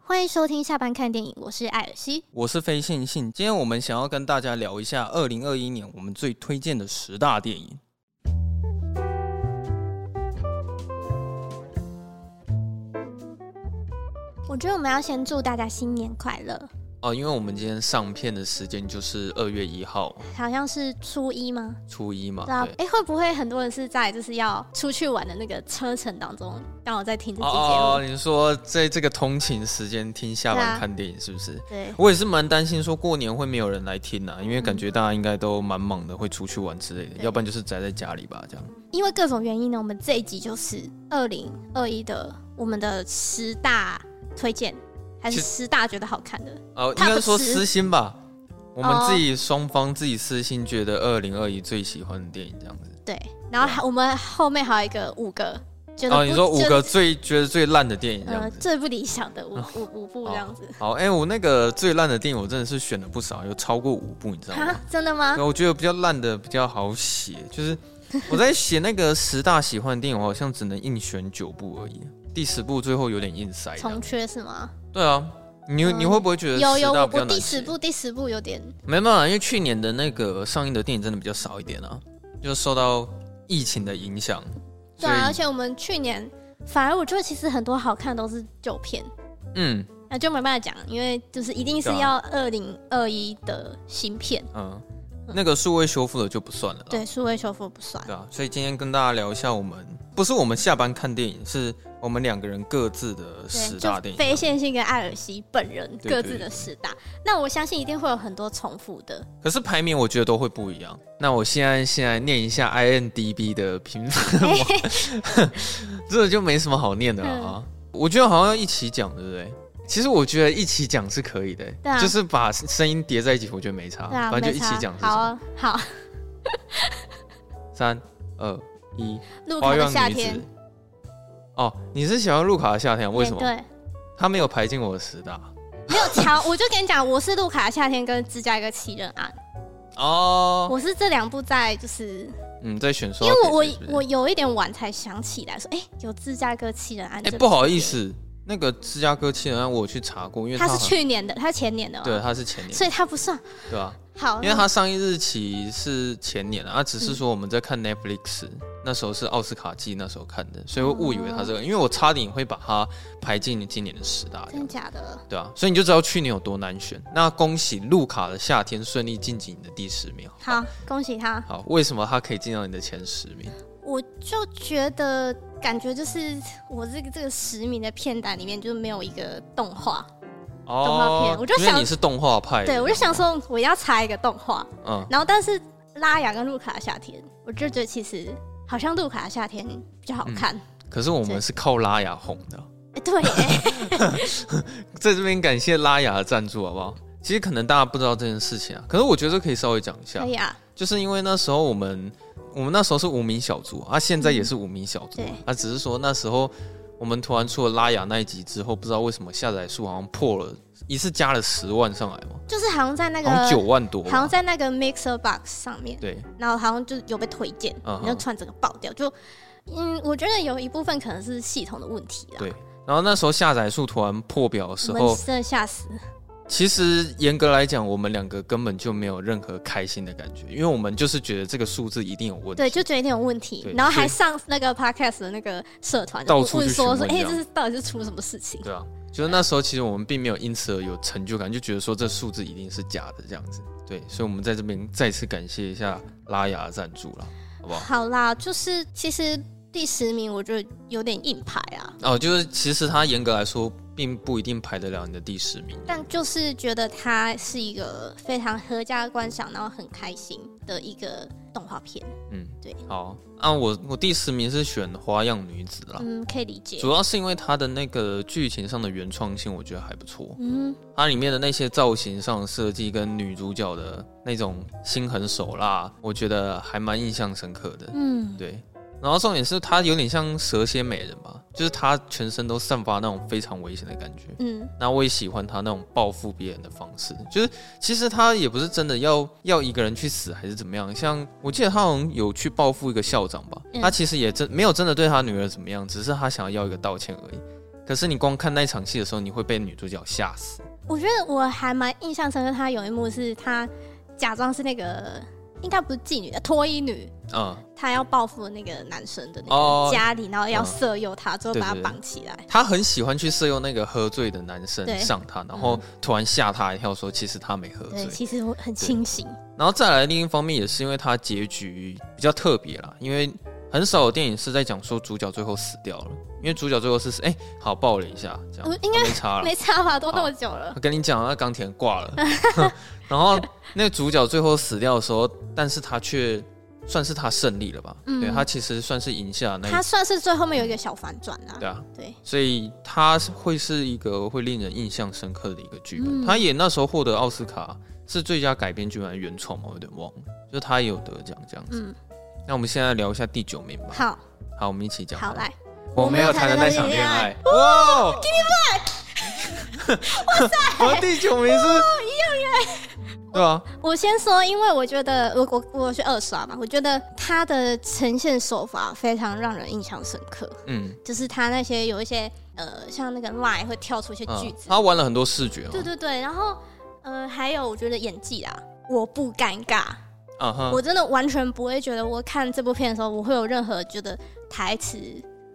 欢迎收听下班看电影，我是艾尔西。我是非线性，今天我们想要跟大家聊一下二零二一年我们最推荐的十大电影。我觉得我们要先祝大家新年快乐，哦，因为我们今天上片的时间就是二月一号好像是初一吗？初一嘛，对啊哦对，，哎，会不会很多人是在就是要出去玩的那个车程当中，刚好在听这期节目？哦哦，你说在这个通勤时间听下对啊班看电影是不是？对，我也是蛮担心说过年会没有人来听啊，因为感觉大家应该都蛮忙的，会出去玩之类的，嗯对要不然就是宅在家里吧，这样。因为各种原因呢，我们这一集就是二零二一的我们的十大推荐，还是其十大觉得好看的？呃，应 Top 该说10私心吧，我哦们自己双方自己私心觉得二零二一最喜欢的电影这样子。对，然后还我们后面还有一个五个，觉得哦，不你说五觉个得最觉得最烂的电影这呃样子。最不理想的五哦五五部这样子。好，哎、我那个最烂的电影我真的是选了不少，有超过五部，你 知道哦吗啊？，真的吗对，？我觉得比较烂的比较好写， 就是我在写那个十大喜欢的电影，我好像只能硬选九部而已，第十部最后有点硬塞这样。重缺是吗？对啊，你你嗯会不会觉得有十有，大我比较我难第写十？部第十部有点没办法，因为去年的那个上映的电影真的比较少一点啊，就受到疫情的影响，对所啊，而以且我们去年反而我觉得其实很多好看的都是旧片，嗯那就没办法讲，因为就是一定是对要啊二零二一的新片，嗯，那个数位修复的就不算了啦。对，数位修复不算。对啊，所以今天跟大家聊一下我们不是我们下班看电影，是我们两个人各自的十对，大电就影。啊非线性跟艾尔西本人对各对自对的十大，那我相信一定会有很多重复的。可是排名我觉得都会不一样。那我现在现在念一下 INDB 的评分，哇 这就没什么好念的了嗯啊。我觉得好像要一起讲，对不对？其实我觉得一起讲是可以的、对啊就是把声音叠在一起，我觉得没差，对啊，反正没就一差起讲是什好么。啊好， 三二一，路卡花的样夏女天子，。哦，你是喜欢路卡的夏天？为什么？对，他没有排进我的十大。没有乔，我就跟你讲，我是路卡的夏天跟芝加哥奇人案，哦，我是这两部在就是嗯，在选说因要为我给我谁是不是，我有一点晚才想起来说，哎、有芝加哥七人案。哎、不好意，思，那个芝加哥七人案我有去查过，因为他是好去年的，他是前年的、哦，对，，他是前年，所以哦他不算。对吧、好，因为他上映日期是前年嗯啊，只是说我们在看 Netflix，、那时候是奥斯卡季那时候看的，所以我误以为他这个，因为我差点会把它排进今年的十那大这哦真样。假的，对啊，所以你就知道去年有多难选。那恭喜路卡的夏天顺利晋级你的第十名。好，恭喜他。好，为什么他可以进到你的前十名？我就觉得感觉就是我这个这个十名的片单里面就没有一个动画，画片我就哦因为想你是动画派的，对我就想说我要查一个动画，嗯，然后但是拉雅跟路卡的夏天，我就觉得其实好像路卡的夏天比较好看。可是我对们是靠拉雅红的。哎 对耶，在这边感谢拉雅的赞助，好不好？其实可能大家不知道这件事情啊，可是我觉得这可以稍微讲一下可，以啊，就是因为那时候我们我们那时候是无名小卒啊，现在也是无名小卒嗯啊对，啊只是说那时候我们突然出了拉雅那一集之后，不知道为什么下载数好像破了，一次加了十万上来嘛，就是好像在那个好像啊九万多吧，好像在那个 Mixer Box 上面，对，然后好像就有被推荐，嗯哼然后突然整个爆掉，就嗯，我觉得有一部分可能是系统的问题啦。对哦然后那时候下载数突然破表的时我候们，真的吓死，其实严格来讲，我们两个根本就没有任何开心的感觉，因为我们就是觉得这个数字一定有问题，对，就觉得一定有问题对，然后还上那个 Podcast 的那个社团，到处问去说询说，问哎、这样这是到底是出什么事情？对啊，就是那时候其实我们并没有因此而有成就感，就觉得说这数字一定是假的这样子。对，所以我们在这边再次感谢一下拉雅的赞助啦，好不好？好啦，就是其实第十名我觉得有点硬排啊，哦，就是其实它严格来说并不一定排得了你的第十名，但就是觉得它是一个非常合家观赏，然后很开心的一个动画片，嗯，对，好，啊，我我第十名是选花样女子啦，嗯，可以理解，主要是因为它的那个剧情上的原创性，我觉得还不错。嗯，它里面的那些造型上的设计跟女主角的那种心狠手辣，我觉得还蛮印象深刻的。嗯，对，然后重点是她有点像蛇蝎美人吧，就是她全身都散发那种非常危险的感觉。嗯，那我也喜欢她那种报复别人的方式，就是其实她也不是真的要要一个人去死还是怎么样。像我记得她好像有去报复一个校长吧，嗯她其实也真没有真的对她女儿怎么样，只是她想要要一个道歉而已。可是你光看那一场戏的时候，你会被女主角吓死。我觉得我还蛮印象深刻，他有一幕是他假装是那个应该不是妓女，脱衣女，嗯，他要报复那个男生的那哦个家里，然后要色诱他，最后对把他嗯对对绑起来。他很喜欢去色诱那个喝醉的男生对嗯上他，然后突然吓他一跳，说其实他没喝醉对，。其实我很清醒。然后再来另一方面，也是因为他结局比较特别啦，因为很少有电影是在讲说主角最后死掉了，因为主角最后是哎、好爆了一下，这样、呃应该没差了没。差吧？都那么久了我，跟你讲，那钢铁人挂 了，然后那个主角最后死掉的时候，但是他却算是他胜利了吧？嗯对他其实算是赢下那他一，算是最后面有一个小反转啊。对啊，对，所以他会是一个会令人印象深刻的一个剧本。嗯他也那时候获得奥斯卡是最佳改编剧本还是原创嘛，我有点忘了，就他也有得奖这样子。嗯，那我们现在聊一下第九名吧，好，好，我们一起讲。好来，我没有谈的那场恋爱，哇，Give me back，哇塞，我第九名是，对啊，我先说，因为我觉得我我我去二刷嘛，我觉得他的呈现手法非常让人印象深刻，嗯，就是他那些有一些呃，像那个 line 会跳出一些句嗯子，他玩了很多视觉嘛，哦对对对，然后呃，还有我觉得演技啊，我不尴尬，啊哈，我真的完全不会觉得我看这部片的时候，我会有任何觉得台词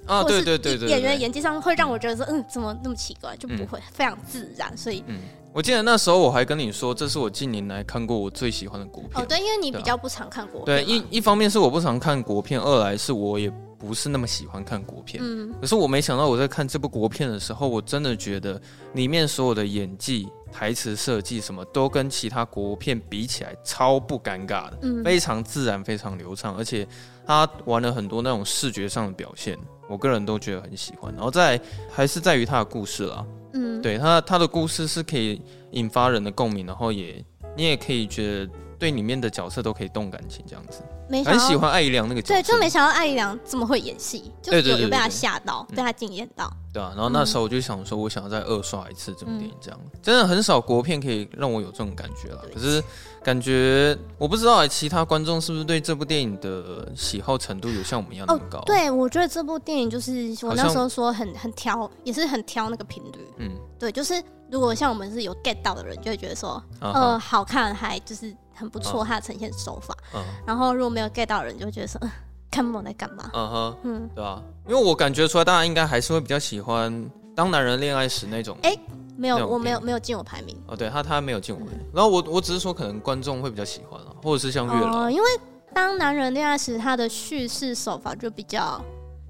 啊，或者对是对对对，演对员演技上会让我觉得说，嗯，怎么那么奇怪，就不嗯会、非常自然，所以嗯，我记得那时候我还跟你说，这是我近年来看过我最喜欢的国片。哦，对，因为你对啊比较不常看国对，片嘛一一方面是我不常看国片，二来是我也不是那么喜欢看国片。嗯可是我没想到我在看这部国片的时候，我真的觉得里面所有的演技、台词设计什么，都跟其他国片比起来超不尴尬的，嗯，非常自然，非常流畅，而且他玩了很多那种视觉上的表现，我个人都觉得很喜欢。然后再来还是在于他的故事啦，嗯，对他他的故事是可以引发人的共鸣，然后也你也可以觉得对里面的角色都可以动感情这样子，没想很到喜欢艾怡良那个角色，对，就没想到艾怡良这么会演戏，就对对有对有被对嗯他对吓到，被他惊艳到。对啊。然嗯后那时候我就想说，我想要再二刷一次这部电影，这样、真的很少国片可以让我有这种感觉啦。对可是感觉我不知道、欸其他观众是不是对这部电影的喜好程度有像我们一样那么高？，哦对，我觉得这部电影就是我好那像时候说很很挑，也是很挑那个频率。嗯，对，就是如果像我们是有 get 到的人，就会觉得说，啊呃，哈，好看，还就是很不错，它的呈现手法。嗯然后如果没有 get 到的人，就会觉得说，呃看不懂在干嘛。嗯哼，嗯，对啊，因为我感觉出来，大家应该还是会比较喜欢《当男人恋爱时》那种。哎没那有，种我没有电影没有进我排名。哦，对他他没有进我们，嗯然后我我只是说可能观众会比较喜欢啊，或者是像月老、哦因为当男人恋爱时，他的叙事手法就比较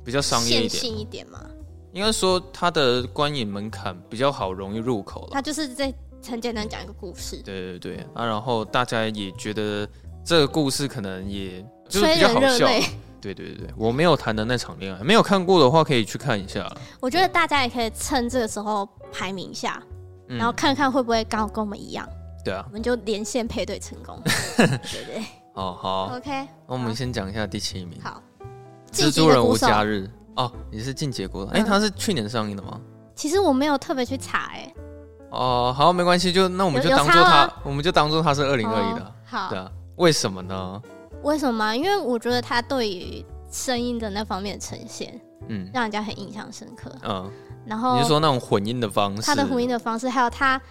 比较商业线一点，性一点嘛，应该说他的观影门槛比较好，容易入口了。他就是在很简单讲一个故事，对对对啊，然后大家也觉得这个故事可能也就是催比较人好热笑。泪。 对对对对，我没有谈的那场恋爱，没有看过的话可以去看一下啦。我觉得大家也可以趁这个时候排名一下，嗯然后看看会不会刚好跟我们一样，对啊我，们就连线配对成 功。对对哦好， ，OK，那我们先讲一下第七名，好。进击蜘蛛的人鼓无手家日。哦，你是进结果的？哎、嗯他是去年上映的吗？其实我没有特别去查、欸，哦，好，没关系，就那我们有就有当做差他吗，我们就当做他是二零二一的啊哦。好对，啊，为什么呢？为什么？因为我觉得他对于声音的那方面的呈现，嗯让人家很印象深刻。嗯，然后你是说那种混音的方式？哦他的混音的方式，还有他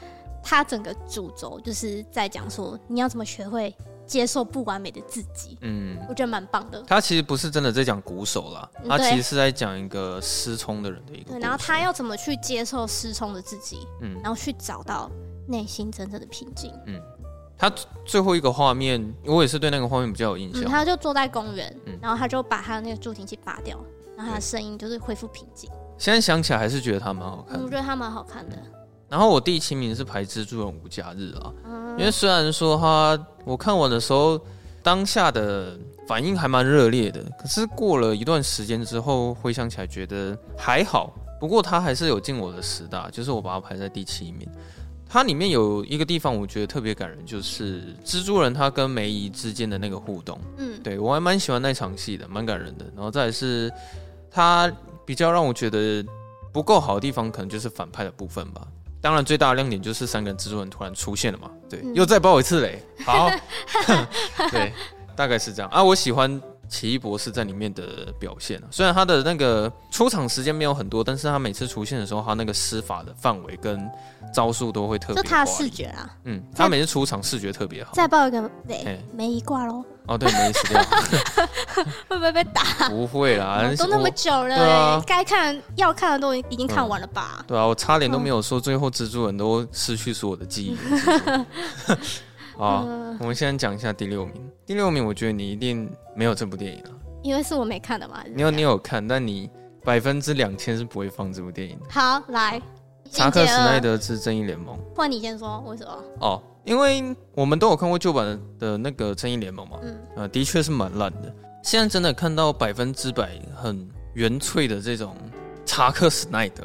他整个主轴，就是在讲说你要怎么学会接受不完美的自己，嗯，我觉得蛮棒的。他其实不是真的在讲鼓手啦，嗯他对其实是在讲一个失聪的人的一个故对，事。然后他要怎么去接受失聪的自己，嗯然后去找到内心真正的平静。嗯，他最后一个画面，我也是对那个画面比较有印嗯，象。他就坐在公园嗯，然后他就把他那个助听器拔掉，然后他的对声音就是恢复平静。现在想起来还是觉得他蛮好嗯看我的。觉得他蛮好看的。然后我第七名是排《蜘蛛人无家日》啊，因为嗯，虽然说他我看完的时候，当下的反应还蛮热烈的，可是过了一段时间之后，回想起来觉得还好。不过他还是有进我的十大，就是我把它排在第七名。它里面有一个地方我觉得特别感人，就是蜘蛛人他跟梅姨之间的那个互动，嗯，对我还蛮喜欢那场戏的，蛮感人的。然后再来是他比较让我觉得不够好的地方，可能就是反派的部分吧。当然，最大的亮点就是三个人蜘蛛人突然出现了嘛，对，嗯 又再爆一次雷，好，对，大概是这样啊。我喜欢奇异博士在里面的表现、啊。虽然他的那个出场时间没有很多，但是他每次出现的时候，他那个施法的范围跟招数都会特别。就他的华丽视觉啊，嗯，他每次出场视觉特别好。再报一个哎对，没一挂喽，哦，对，没死掉，会不会被打？不会 啦，都那么久了、对啊该看要看的都已经看完了吧？对啊，我差点都没有说，最后蜘蛛人都失去所有的记忆。好啊，嗯，我们现在讲一下第六名。第六名，我觉得你一定没有这部电影啊。因为是我没看的嘛。你有你有看，但你百分之两千是不会放这部电影的。好来，查克·金史杰尔奈，德之《正义联盟》换你先说，为什么？哦，因为我们都有看过旧版的的那个《正义联盟》嘛，嗯呃，的确是蛮烂的。现在真的看到百分之百很原粹的这种查克·史奈德，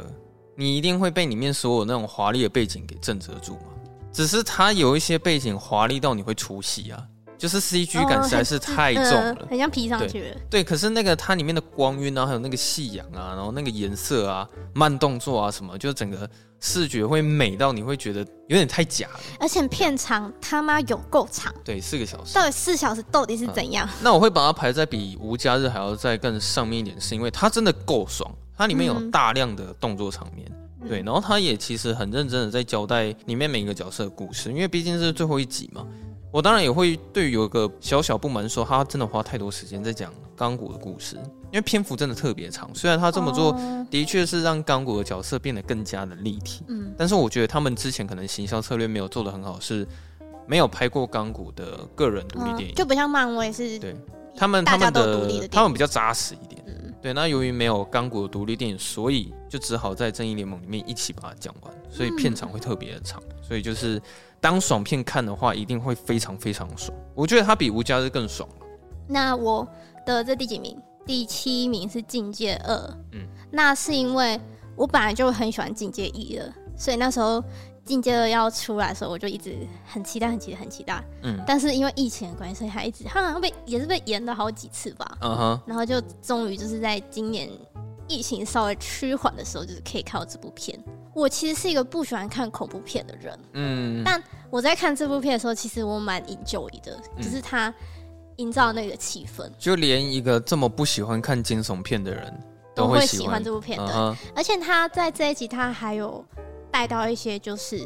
你一定会被里面所有那种华丽的背景给震慑住嘛。只是它有一些背景华丽到你会出戏啊，就是 CG 感实在是太重了。嗯很像 P 上去了。对，可是那个它里面的光晕啊，还有那个夕阳啊，然后那个颜色啊、慢动作啊什么，就整个视觉会美到你会觉得有点太假了。而且片长他妈有够长，对，四个小时。到底四小时到底是嗯怎样？那我会把它排在比无家日还要再更上面一点，是因为它真的够爽，它里面有嗯大量的动作场面。对，然后它也其实很认真的在交代里面每一个角色的故事，因为毕竟是最后一集嘛。我当然也会对于有个小小不满，说他真的花太多时间在讲钢骨的故事，因为篇幅真的特别长。虽然他这么做哦的确是让钢骨的角色变得更加的立体，嗯，但是我觉得他们之前可能行销策略没有做得很好，是没有拍过钢骨的个人独立嗯电影。就不像漫威是对他们他大家们都独立的电影他们比较扎实一点。嗯对，那由于没有刚果独立电影，所以就只好在《正义联盟》里面一起把它讲完，所以片长会特别的长。嗯所以就是当爽片看的话，一定会非常非常爽。我觉得它比《无家日》更爽。那我的这第几名？第七名是《境界二》。嗯嗯，那是因为我本来就很喜欢《境界一》了，所以那时候《境界二》要出来的时候，我就一直很期待、很期待、很期待。嗯但是因为疫情的关系，所以它一直它好像被也是被延了好几次吧。嗯哼，然后就终于就是在今年疫情稍微趋缓的时候，就是可以看到这部片。我其实是一个不喜欢看恐怖片的人，嗯，但我在看这部片的时候，其实我蛮 enjoy 的，嗯就是它营造那个气氛。就连一个这么不喜欢看惊悚片的人都会会喜喜欢这部片的嗯哼而且他在这一集他还有带到一些就是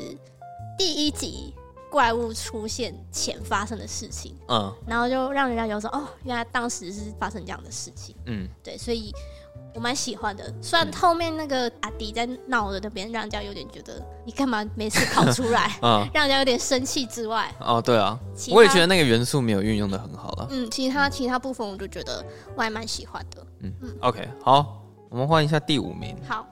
第一集怪物出现前发生的事情，嗯然后就让人家有种哦，原来当时是发生这样的事情。嗯，对，所以我蛮喜欢的。虽然后面那个阿迪在闹的那边，让人家有点觉得你干嘛没事跑出来 嗯让人家有点生气之外，哦，对啊，其他我也觉得那个元素没有运用的很好了。嗯，其他其他部分我就觉得我还蛮喜欢的。 OK，好，我们换一下第五名。好，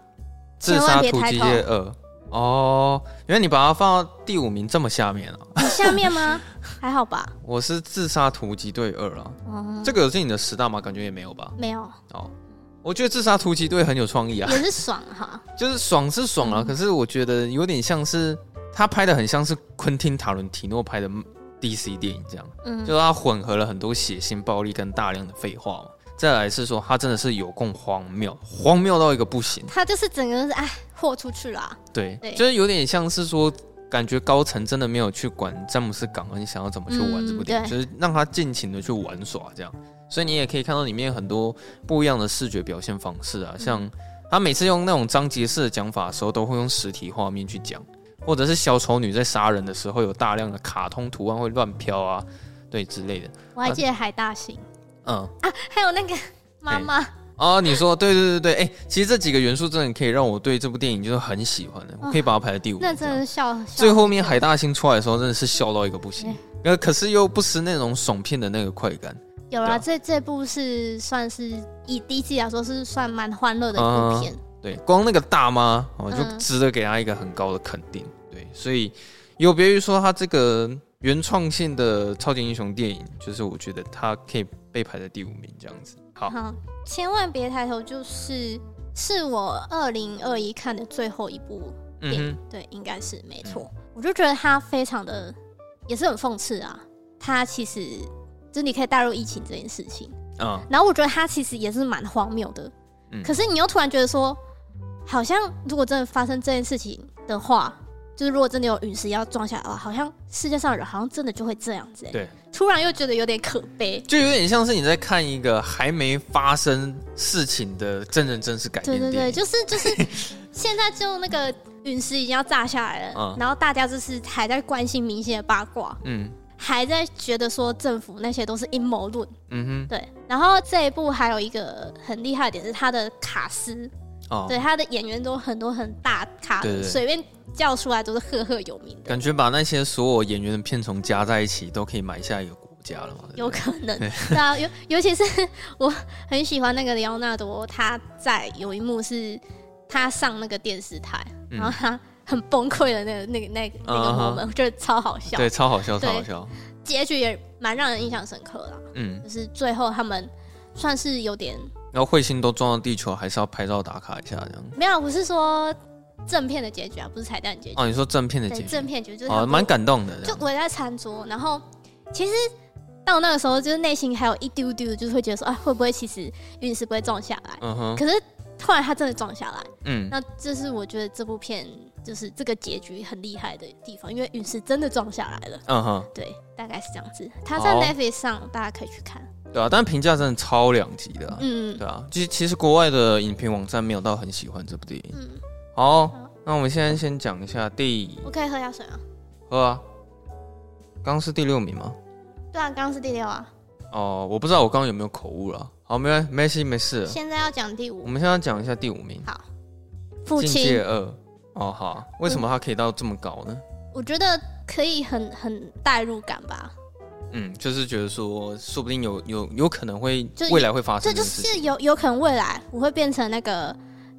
自千万杀别突抬击头夜二。哦，原来你把它放到第五名这么下面啊！你下面 吗？还好吧？我是自杀突击队二啊，嗯，这个有进你的十大吗？感觉也没有吧。没 有，哦，我觉得自杀突击队很有创意啊，也是嗯爽哈。就是爽是爽啊，可是我觉得有点像是他拍的很像是昆汀塔伦提诺拍的 DC 电影这样，嗯，就是他混合了很多血腥、暴力跟大量的废话嘛。再来是说他真的是有够荒谬，荒谬到一个不行。他就是整个就是哎豁出去了啊，对，对就是有点像是说，感觉高层真的没有去管詹姆斯·港恩想要怎么去玩这部电嗯影，对就是让他尽情的去玩耍这样。所以你也可以看到里面很多不一样的视觉表现方式嗯啊，像他每次用那种章节式的讲法的时候，都会用实体画面去讲，或者是小丑女在杀人的时候有大量的卡通图案会乱飘啊，对之类的。我还记得海大星嗯，啊，还有那 个妈妈，哦，你说对对对对，哎、其实这几个元素真的可以让我对这部电影就是很喜欢的，我可以把它排在第五。那这真样的是笑。笑最后面海大星出来的时候，真的是笑到一个不行哎。呃，可是又不失那种爽片的那个快感。有对啊啦，这这部是算是以第一季来说是算蛮欢乐的嗯一部片。对，光那个大妈哦，就嗯值得给她一个很高的肯定。对，所以有别于说她这个原创性的超级英雄电影，就是我觉得它可以被排在第五名这样子。好，好，千万别抬头，就是是我二零二一看的最后一部，嗯对，应该是没错。我就觉得它非常的，也是很讽刺啊。它其实就是你可以带入疫情这件事情，哼，嗯，然后我觉得它其实也是蛮荒谬的，嗯可是你又突然觉得说，好像如果真的发生这件事情的话，就是如果真的有陨石要撞下来的话，好像世界上的人好像真的就会这样子、欸。对，突然又觉得有点可悲。就有点像是你在看一个还没发生事情的真人真事改对编对对，电影就是 就是，现在就那个陨石已经要炸下来了，嗯然后大家就是还在关心明星的八卦，嗯还在觉得说政府那些都是阴谋论。嗯对，然后这一部还有一个很厉害的点是他的卡斯，哼，哦，对他的演员都很多很大咖对的，对对随便叫出来都是赫赫有名的，感觉把那些所有演员的片从加在一起，都可以买下一个国家了嘛？对不对有可能。 对啊，尤尤其是我很喜欢那个里奥纳多，他在有一幕是他上那个电视台，嗯然后他很崩溃的那个那个那个那个嗯嗯 moment，、我觉得超好笑。对，超好笑，对超好笑。结局也蛮让人印象深刻啦，嗯，就是最后他们算是有点然后彗星都撞到地球，还是要拍照打卡一下这样。没有，我是说正片的结局啊，不是彩蛋结局。哦，你说正片的对，结正局，片结局就是他哦，们蛮感动的。这就样围在餐桌，然后其实到那个时候，就是内心还有一丢丢，就是会觉得说，啊，会不会其实陨石不会撞下来？嗯哼，可是后来它真的撞下来，嗯，那这是我觉得这部片就是这个结局很厉害的地方，因为陨石真的撞下来了。嗯哼，对，大概是这样子。它在好 Netflix 上，大家可以去看。对啊，但评价真的超两极的啊、嗯对啊，其实其实国外的影评网站没有到很喜欢这部电影。嗯，好，那我们现在先讲一下第我可以喝下水啊。喝啊，刚是第六名吗？对啊，刚刚是第六啊，哦，我不知道我刚刚有没有口误了。好，没关没事没事了。现在要讲第我五，们现在讲一下第五名，好，父境界亲，二》。哦，好啊，为什么它可以到这么高呢？我觉得可以很很代入感吧。嗯，就是觉得说，说不定有有有可能会就是未来会发这生就的事情。是有有可能未来我会变成那个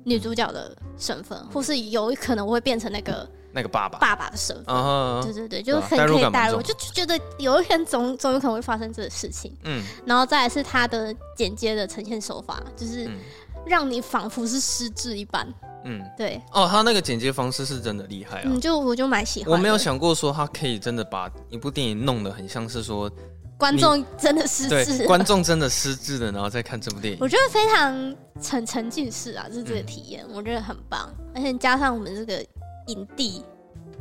女主角的身份，或是有可能我会变成那个那个爸爸，爸爸的身份。啊哈，对对对，就对啊很代入可以感蛮带入，重就就觉得有一天总总有可能会发生这个事情。嗯然后再来是他的剪接的呈现手法，就是嗯让你仿佛是失智一般。嗯，对，哦，他那个剪接方式是真的厉害啊。嗯，就我就蛮喜欢的。我没有想过说他可以真的把一部电影弄得很像是说，观众真的失智对，了，观众真的失智了，然后再看这部电我影。觉得非常沉沉浸式啊，就是这嗯个体验，我觉得很棒。而且加上我们这个影帝，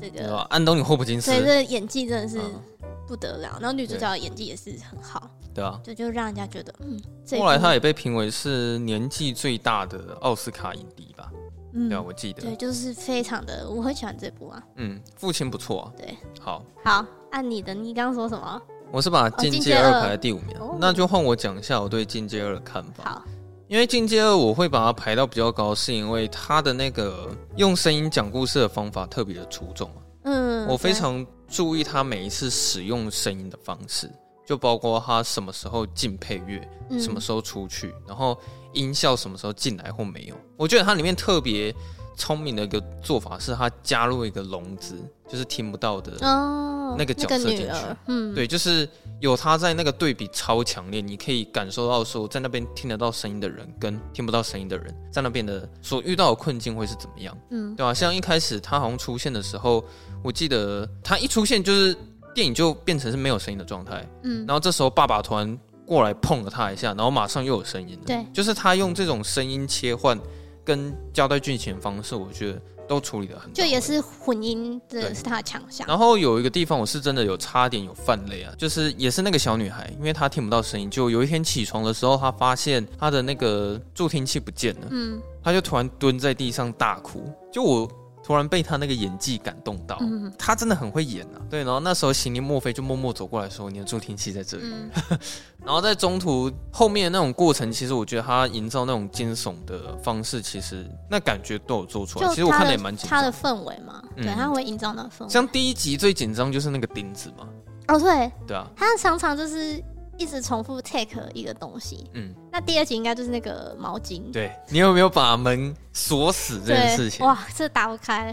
这对个吧？安东尼·霍普金斯所以，这演技真的是嗯不得了，然后女主角的演技也是很好，对啊。就就让人家觉得，嗯，这一后来部他也被评为是年纪最大的奥斯卡影帝吧？嗯对啊，我记得对，。就是非常的，我很喜欢这部啊。嗯，父亲不错、啊。对，好，好，按你的，你刚刚说什么？我是把《哦进进阶阶二二》排在第五名啊，哦那就换我讲一下我对《进阶二》的看法。好，因为《进阶二》我会把它排到比较高，是因为它的那个用声音讲故事的方法特别的出众啊、嗯，我非对常注意他每一次使用声音的方式，就包括他什么时候进配乐，嗯什么时候出去，然后音效什么时候进来或没有。我觉得它里面特别聪明的一个做法是，它加入一个聋子，就是听不到的。哦，那个角色进去女儿，嗯，对，就是有他在那个对比超强烈，你可以感受到说，在那边听得到声音的人跟听不到声音的人，在那边的所遇到的困境会是怎么样，嗯，对啊，像一开始他好像出现的时候，我记得他一出现就是电影就变成是没有声音的状态，嗯，然后这时候爸爸突然过来碰了他一下，然后马上又有声音了，对，就是他用这种声音切换跟交代剧情的方式，我觉得都处理的很到就位，也是混音，这对是他的强项。然后有一个地方我是真的有差点有犯泪啊，就是也是那个小女孩，因为她听不到声音，就有一天起床的时候，她发现她的那个助听器不见了，嗯她就突然蹲在地上大哭，就我突然被她那个演技感动到，嗯她真的很会演啊。对，然后那时候行林墨菲就默默走过来说：“你的助听器在这里。嗯， 然后在中途后面的那种过程，其实我觉得他营造那种惊悚的方式，其实那感觉都有做出来。其实就我他看的的也蛮紧他张的的。氛围嘛，嗯对，他会营造那个氛围。像第一集最紧张就是那个钉子嘛，哦，对，对啊，他常常就是一直重复 take 一个东西。嗯。那第二集应该就是那个毛巾，对你有没有把门锁死这件事情？哇，这打不开，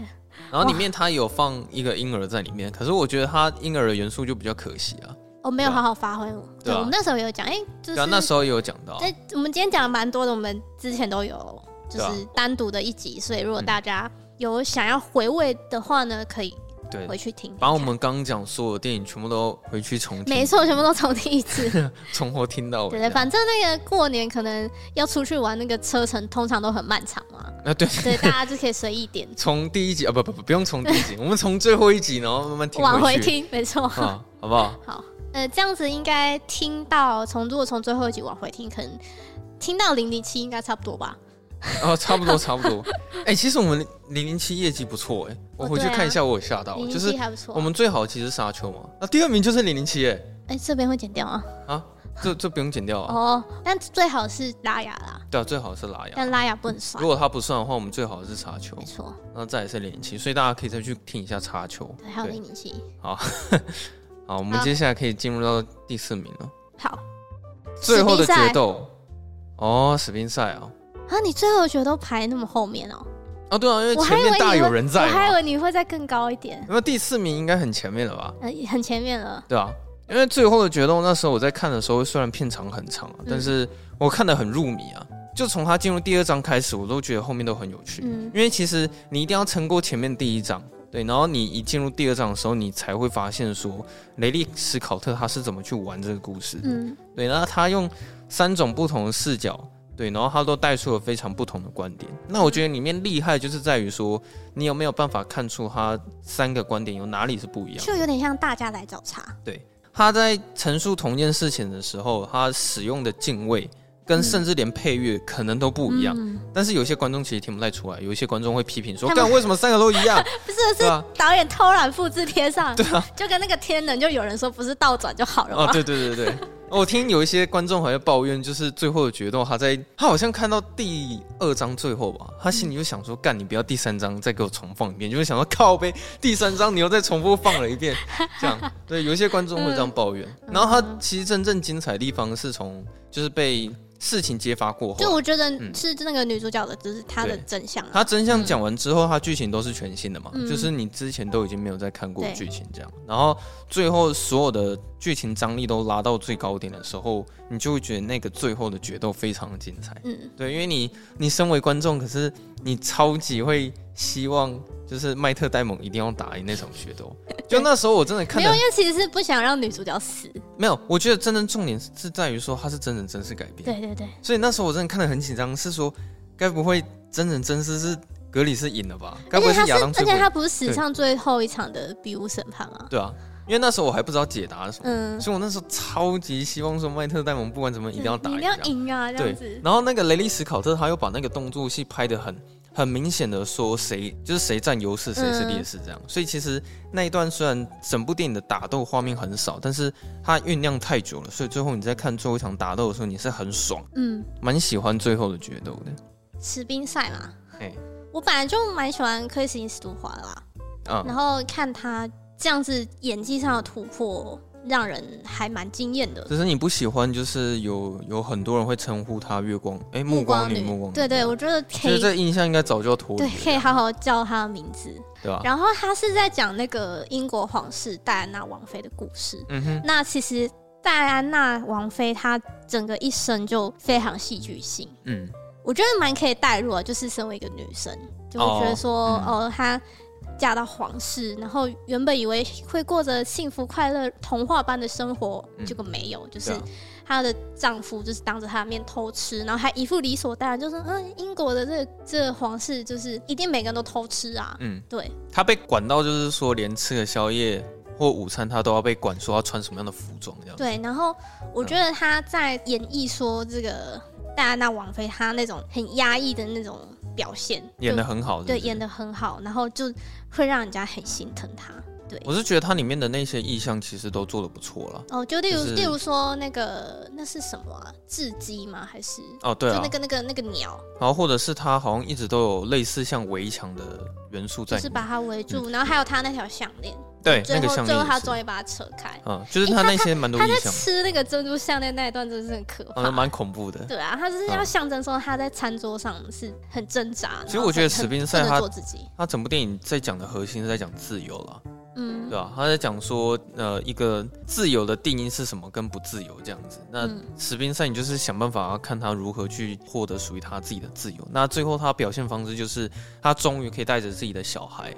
然后里面它有放一个婴儿在里面，可是我觉得它婴儿的元素就比较可惜啊。我哦没有对啊好好发挥我。对啊我们那时候有讲，哎，就是对啊，那时候也有讲到，哎我们今天讲了蛮多的，我们之前都有啊就是单独的一集，所以如果嗯大家有想要回味的话呢，可以对，回去听。把我们刚刚讲所有电影全部都回去重没听，错，全部都重听一 次。从头听到尾这对样。对，反正那个过年可能要出去玩，那个车程通常都很漫长嘛，啊对， 对，大家就可以随意点从第一集啊 不不不，不用从第一集，我们从最后一集，然后慢慢听往回去 听，没错。啊，好不好？好，呃，这样子应该听到从如果从最后一集往回听，可能听到零零七应该差不多吧。哦，差不多差不多。 哎、其实我们零零七业绩不错哎、我哦回去对啊看一下，我有吓到，零就零是七还不错我。们最好其实是沙丘嘛，那第二名就是零零七哎，哎、这边会剪掉啊。这这不用剪掉啊，哦，但最好是拉雅啦，对啊，最好是拉雅但。拉雅不能刷如。果它不算的话，我们最好是沙丘没，错，那再也是零零七，所以大家可以再去听一下沙丘。对，还有对零零七。好，我们好接下来可以进入到第四名了，好最后的史宾塞决斗。哦，史宾赛啊，啊，你最后觉得都排那么后面哦、啊对啊，因为我还以前为你面大会有人在我还以嘛，为你会再更高一点，因为第四名应该很前面了吧？呃，很前面了。对啊，因为最后的决斗那时候我在看的时候，虽然片长很长啊，嗯但是我看得很入迷啊。就从他进入第二章开始，我都觉得后面都很有趣。嗯因为其实你一定要撑过前面第一章，对，然后你一进入第二章的时候，你才会发现说雷利史考特他是怎么去玩这个故事。嗯，对，那他用三种不同的视角，对，然后他都带出了非常不同的观点。那我觉得里面厉害就是在于说，你有没有办法看出他三个观点有哪里是不一样的。就有点像大家来找茬。他在陈述同一件事情的时候，他使用的敬畏跟嗯甚至连配乐可能都不一样。嗯但是有些观众其实听不太出来，有一些观众会批评说：“他们干为什么三个都一样 不是，？”对是吧？导演偷懒复制贴 上，对啊，就跟那个天能，就有人说不是倒转就好了哦，吗？对对对对。我听有一些观众好像抱怨，就是最后的决斗，他在他好像看到第二章最后吧，他心里就想说：“干，你不要第三章再给我重放一遍。”就是想说：“靠呗，第三章你又再重复放了一遍。”这样，对，有一些观众会这样抱怨。嗯然后他其实真正精彩的地方是从就是被事情揭发过后，就我觉得嗯是那个女主角的，只是她的对真相啊。他真相讲完之后，他剧情都是全新的嘛，嗯就是你之前都已经没有再看过对剧情这样，然后最后所有的剧情张力都拉到最高点的时候，你就会觉得那个最后的决斗非常的精彩。嗯，对，因为你你身为观众，可是你超级会希望就是麦特戴蒙一定要打赢那场决斗。就那时候我真的看没的有，因为其实是不想让女主角死。没有，我觉得真正重点是在于说它是真人真事改编。对对对，所以那时候我真的看得很紧张，是说该不会真人真事是格里斯赢了吧？该而不且会她亚当而最且后她不是史上最后一场的比武审判吗？对啊？因为那时候我还不知道解答是什么，嗯，所以我那时候超级希望说麦特戴蒙不管怎么一定要打你赢一这定要样。赢啊，这样对子，。然后那个雷利史考特他又把那个动作戏拍得很很明显的说谁就是谁占优势，谁是劣势这样。嗯所以其实那一段虽然整部电影的打斗画面很少，但是它酝酿太久了，所以最后你在看最后一场打斗的时候，你是很爽，嗯，蛮喜欢最后的决斗的。史宾赛嘛，哎，我本来就蛮喜欢克里斯汀·史都华的啦，嗯，然后看她这样子演技上的突破，让人还蛮惊艳的。只是你不喜欢，就是有有很多人会称呼她月光，哎、目目光光女，目光女，对对，我觉得可其实以，这印象应该早就脱离对，了，可以好好叫她的名字。对吧？然后他是在讲那个英国皇室戴安娜王妃的故事。嗯哼，那其实戴安娜王妃她整个一生就非常戏剧性，嗯，我觉得蛮可以代入的，就是身为一个女生，就会觉得说，哦哦，她嫁到皇室，然后原本以为会过着幸福快乐童话般的生活，嗯结果没有，就是对啊她的丈夫就是当着她的面偷吃，然后还一副理所当然，就说，嗯，英国的这个这个皇室就是一定每个人都偷吃啊，嗯，对，她被管到，就是说连吃个宵夜或午餐，她都要被管说要穿什么样的服装这样。嗯对，然后我觉得他在演绎说这个戴安娜王妃她那种很压抑的那种表现，演的就很好对演的。的很好，然后就会让人家很心疼她。对，我是觉得它里面的那些意象其实都做的不错了。哦，就例如、就是例如说那个那是什么啊？雉鸡吗？还是？哦，对就啊那，个那个那个鸟，然后或者是它好像一直都有类似像围墙的元素在就里是面，把它围住，然后还有他那条项链，对，最那个后项最链后也他是终，于把它扯开。嗯，就是诶它他那些蛮多他在意象，吃那个珍珠项链那一段真的是很可怕嗯，，蛮恐怖的。对啊，他就是要象征说他在餐桌上是很挣扎。其实我觉得史宾塞然后他很不能做自己，他整部电影在讲的核心是在讲自由啦，嗯，对吧、他在讲说，呃，一个自由的定义是什么，跟不自由这样子。那嗯史宾塞，你就是想办法看他如何去获得属于他自己的自由。那最后他表现方式就是，他终于可以带着自己的小孩，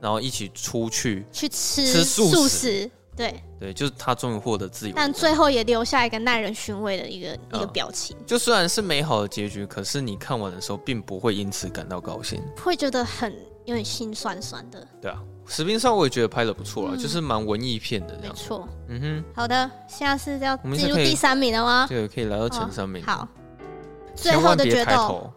然后一起出去。去吃吃素食食，对，对，就是他终于获得自由。但最后也留下一个耐人寻味的一个一个嗯表情，就虽然是美好的结局，可是你看完的时候并不会因此感到高兴，会觉得很有点心酸酸的。对啊。史宾少我也觉得拍的不错了，嗯就是蛮文艺片的这没样。错。嗯哼，好的，现在是要我们进是入可以第三名了吗？这个可以来到前三名。好，最千后万的别决抬斗头。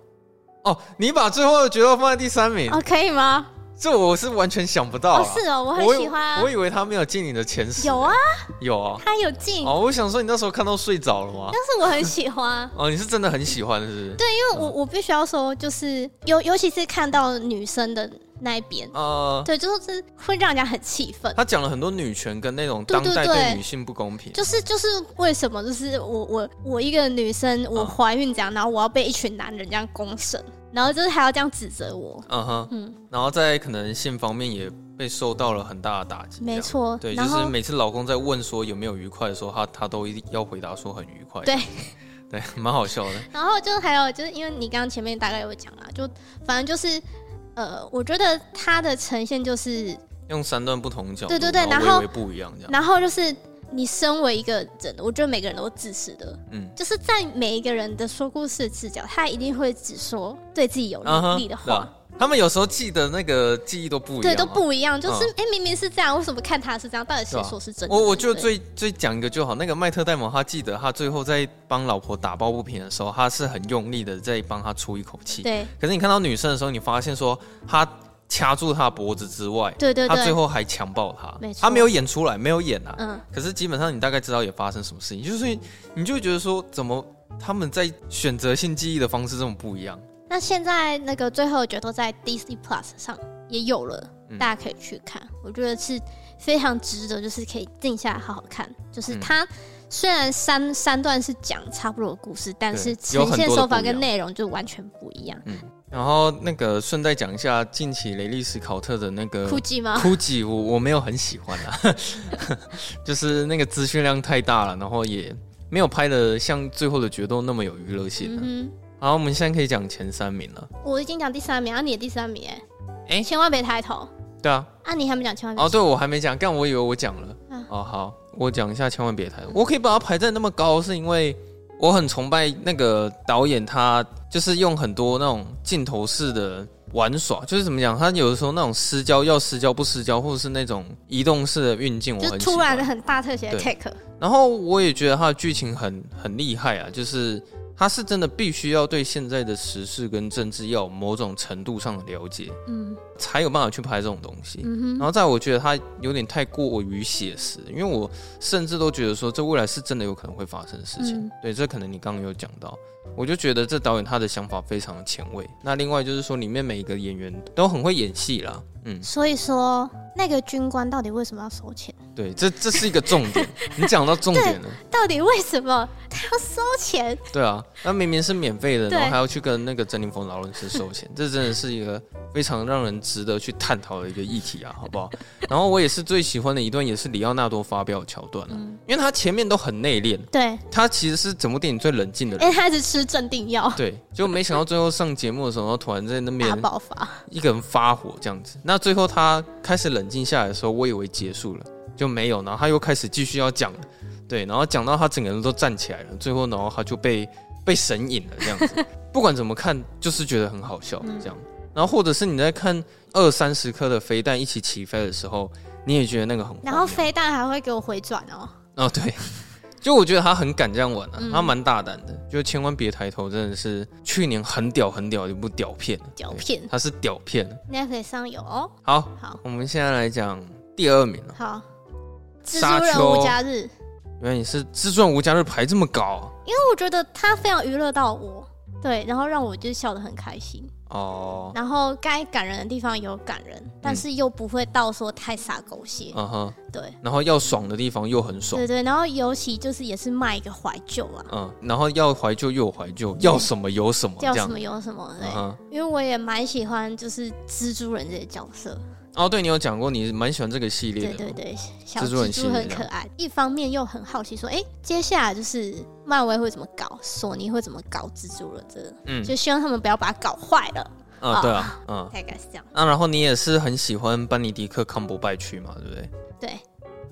哦，你把最后的决斗放在第三名，哦，可以吗？这我是完全想不到哦，啦。是哦，我我很以喜欢啊我。以为他没有进你的前十。有啊，，嗯有啊。他有进，哦，我想说你那时候看到睡着了吗？但是我很喜欢。啊哦，你是真的很喜欢，是不是？对。因为我我必须要说，就是尤尤其是看到女生的那一边，呃，对，就是会让人家很气愤。他讲了很多女权跟那种对当对代对对女性不公平。就是就是为什么？就是我我我一个女生，我嗯怀孕这样，然后我要被一群男人这样公审，然后就是还要这样指责我。嗯哼，嗯，然后在可能性方面也被受到了很大的打击。这没样。错。对，就然是后每次老公在问说有没有愉快的时候，他他都一定要回答说很愉快。对，对，蛮好笑的。然后就还有就是因为你刚刚前面大概有讲啦，啊就反正就是呃，我觉得它的呈现就是，用三段不同角度，对对对然然后微微不一样这样。然后就是你身为一个人，我觉得每个人都自私的，嗯，就是在每一个人的说故事的视角，他一定会只说对自己有嗯哼利的对话。啊他们有时候记得那个记忆都不一样、啊嗯对，都。不一样，就是哎、诶明明是这样，为什么看他是这样？到底对谁啊说是真的？我我就对最最讲一个就好，那个麦特戴蒙，他记得他最后在帮老婆打抱不平的时候，他是很用力的在帮她出一口气。对可是你看到女生的时候，你发现说他掐住她的脖子之外，对对他最对，后还强暴她没，错他没有演出来，没有演啊。嗯，可是基本上你大概知道也发生什么事情，就是你就会觉得说，怎么他们在选择性记忆的方式这么不一样？那现在那个最后决斗在 Disney Plus 上也有了，嗯大家可以去看，我觉得是非常值得，就是可以静下来好好看。嗯就是它虽然三三段是讲差不多的故事，但是有呈很多的现手法不一样跟内容就完全不一样。然后那个顺带讲一下，近期雷利斯考特的那个酷寂吗？枯寂，我我没有很喜欢啊， 就是那个资讯量太大了，然后也没有拍的像最后的决斗那么有娱乐性、啊。嗯好，我们现在可以讲前三名了。哼，我已经讲第三名，然、啊、后你的第三名、欸，哎、诶千万别抬头对啊，啊！你还没讲，千万别哦，对我还没讲，但我以为我讲了。嗯哦，好，我讲一下，千万别抬头。我可以把它排在那么高，是因为我很崇拜那个导演，他就是用很多那种镜头式的玩耍，就是怎么讲，他有的时候那种失焦要失焦不失焦，或者是那种移动式的运镜，我就是很喜突欢然。很大特写的对 take，然后我也觉得他的剧情很很厉害啊，就是他是真的必须要对现在的时事跟政治要有某种程度上的了解，嗯才有办法去拍这种东西。嗯然哼，后再我觉得它有点太过于写实，因为我甚至都觉得说这未来是真的有可能会发生的事情。嗯对，这可能你刚刚有讲到，我就觉得这导演他的想法非常的前卫。那另外就是说里面每一个演员都很会演戏啦，嗯，所以说那个军官到底为什么要收钱？对，这这是一个重点，你讲到重点了，到底为什么他要收钱？对啊，那明明是免费的，对然后还要去跟那个珍妮佛劳伦斯 收钱，这真的是一个非常让人值得去探讨的一个议题啊，好 不好？然后我也是最喜欢的一段，也是里奥纳多发飙的桥段了、嗯因为他前面都很内敛，对，他其实是整部电影最冷静的人。哎、他一直吃镇定药，对，就没想到最后上节目的时候，然后突然在那大边爆发。一个人发火这样子。那最后他开始冷静下来的时候，我以为结束了，就没有，然后他又开始继续要讲了，对，然后讲到他整个人都站起来了，最后然后他就 被被神隐了这样子。不管怎么看，就是觉得很好笑嗯这样。然后或者是你在看二三十颗的飞弹一起起飞的时候，你也觉得那个很荒然后谬飞弹还会给我回转哦，哦，对，就我觉得他很敢这样玩啊，嗯他蛮大胆的，就千万别抬头，真的是去年很屌很屌的一部屌片，胶片对他是屌片。 Netflix 上有哦。好，好我们现在来讲第二名了，好，蜘沙蛛人丘无家日，因原来你是《至尊无家日》排这么高啊、为我觉得他非常娱乐到我，对，然后让我就笑得很开心。哦，然后该感人的地方有感人，但是又不会到说太傻狗血，嗯哼，对。然后要爽的地方又很爽对。对，然后尤其就是也是卖一个怀旧啊，嗯，然后要怀旧又有怀旧，要什么有什么，哦这叫什样么。有什么，对嗯，哼，因为我也蛮喜欢就是蜘蛛人这个角色，哦，对你有讲过，你蛮喜欢这个系列对的。哦对对，小蜘蛛人蜘系列蛛很这样可爱。一方面又很好奇说，哎、接下来就是漫威会怎么搞，索尼会怎么搞蜘蛛人，这个、嗯就希哦望他们不要把它搞坏了，嗯，对啊，嗯，大概是这样。那然后你也是很喜欢班尼迪克·康伯拜区嘛，对不对？对，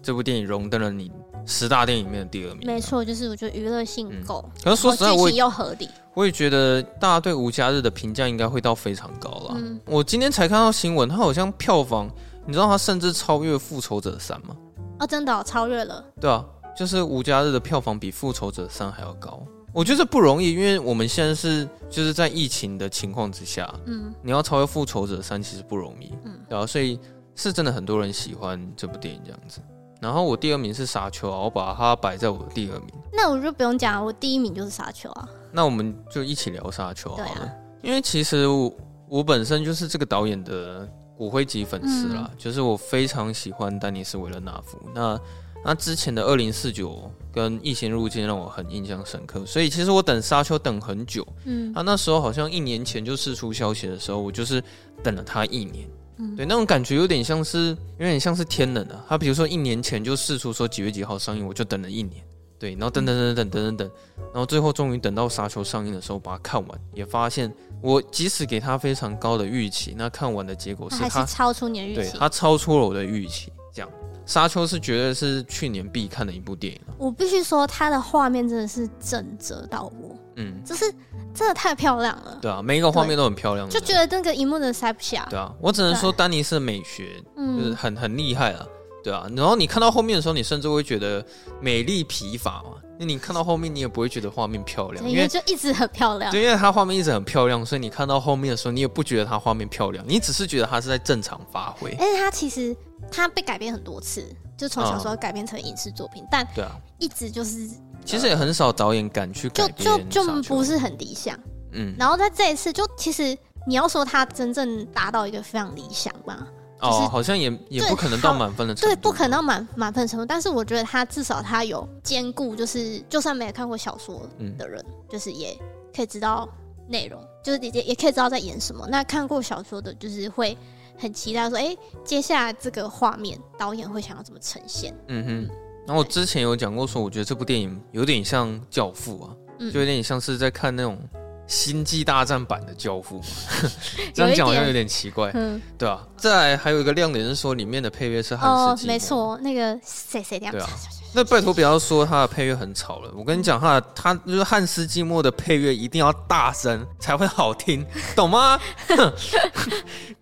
这部电影荣登了你十大电影里面的第二名。没。错，就是我觉得娱乐性够，可是嗯说实在，然后我剧情也又合理，我也觉得大家嗯对《无家日》的评价应该会到非常高了。我今天才看到新闻，它好像票房，你知道它甚至超越《复仇者三》吗？哦，真的、哦、超越了，对啊，就是《无家日》的票房比《复仇者三》还要高。我觉得这不容易，因为我们现在是就是在疫情的情况之下，嗯你要超越《复仇者三》其实不容易，嗯对啊，所以是真的很多人喜欢这部电影这样子。然后我第二名是《沙丘》啊，我把它摆在我的第二名。那我就不用讲，我第一名就是沙丘啊，那我们就一起聊《沙丘》好对了，啊因为其实我我本身就是这个导演的骨灰级粉丝啦，嗯就是我非常喜欢丹尼斯·维伦纳夫。那那之前的《二零四九》跟《异形入境》让我很印象深刻，所以其实我等《沙丘》等很久。嗯啊他那时候好像一年前就释出消息的时候，我就是等了他一年。嗯对，那种感觉有点像是，有点像是天冷啊。他比如说一年前就试出说几月几号上映，我就等了一年，对，然后等等等等等等等，然后最后终于等到《沙丘》上映的时候把它看完，也发现我即使给他非常高的预期，那看完的结果那是还他是超出你的预对期。他超出了我的预期。这样，《沙丘》是绝对是去年必看的一部电影啊了。我必须说，它的画面真的是震慑到我，嗯，就是真的太漂亮了，对啊，每一个画面都很漂亮，就对觉得那个荧幕真的塞不下。对啊，我只能说丹尼斯的美学就是嗯，很很厉害了，对啊。然后你看到后面的时候，你甚至会觉得美丽疲乏嘛。那你看到后面，你也不会觉得画面漂亮，因因为为就一直很漂亮。对，因为它画面一直很漂亮，所以你看到后面的时候，你也不觉得它画面漂亮，你只是觉得它是在正常发挥。但是它其实它被改编很多次，就从小嗯说改编成影视作品，但对啊，一直就是其实也很少导演敢去就改编就沙就丘不是很理想。嗯然后在这一次，就其实你要说它真正达到一个非常理想吧，就是哦，好像也也对不可能到好满分的程对，度，不可能到满满分程度，但是我觉得它至少它有兼顾，就是就算没有看过小说嗯的人，就是也可以知道内容，就是也也可以知道在演什么。那看过小说的，就是会很期待说，哎、接下来这个画面导演会想要怎么呈现？嗯哼，然后我之前有讲过说，我觉得这部电影有点像《教父》啊，嗯就有点像是在看那种《星际大战》版的《教 父》嘛，这样讲好像有点奇怪，嗯，对啊。再来还有一个亮点是说，里面的配乐是汉哦斯季，默没，错，那个谁谁这样哎对啊。那拜托不要说他的配乐很吵了，我跟你讲，他的他就是汉斯季默的配乐一定要大声才会好听，懂吗？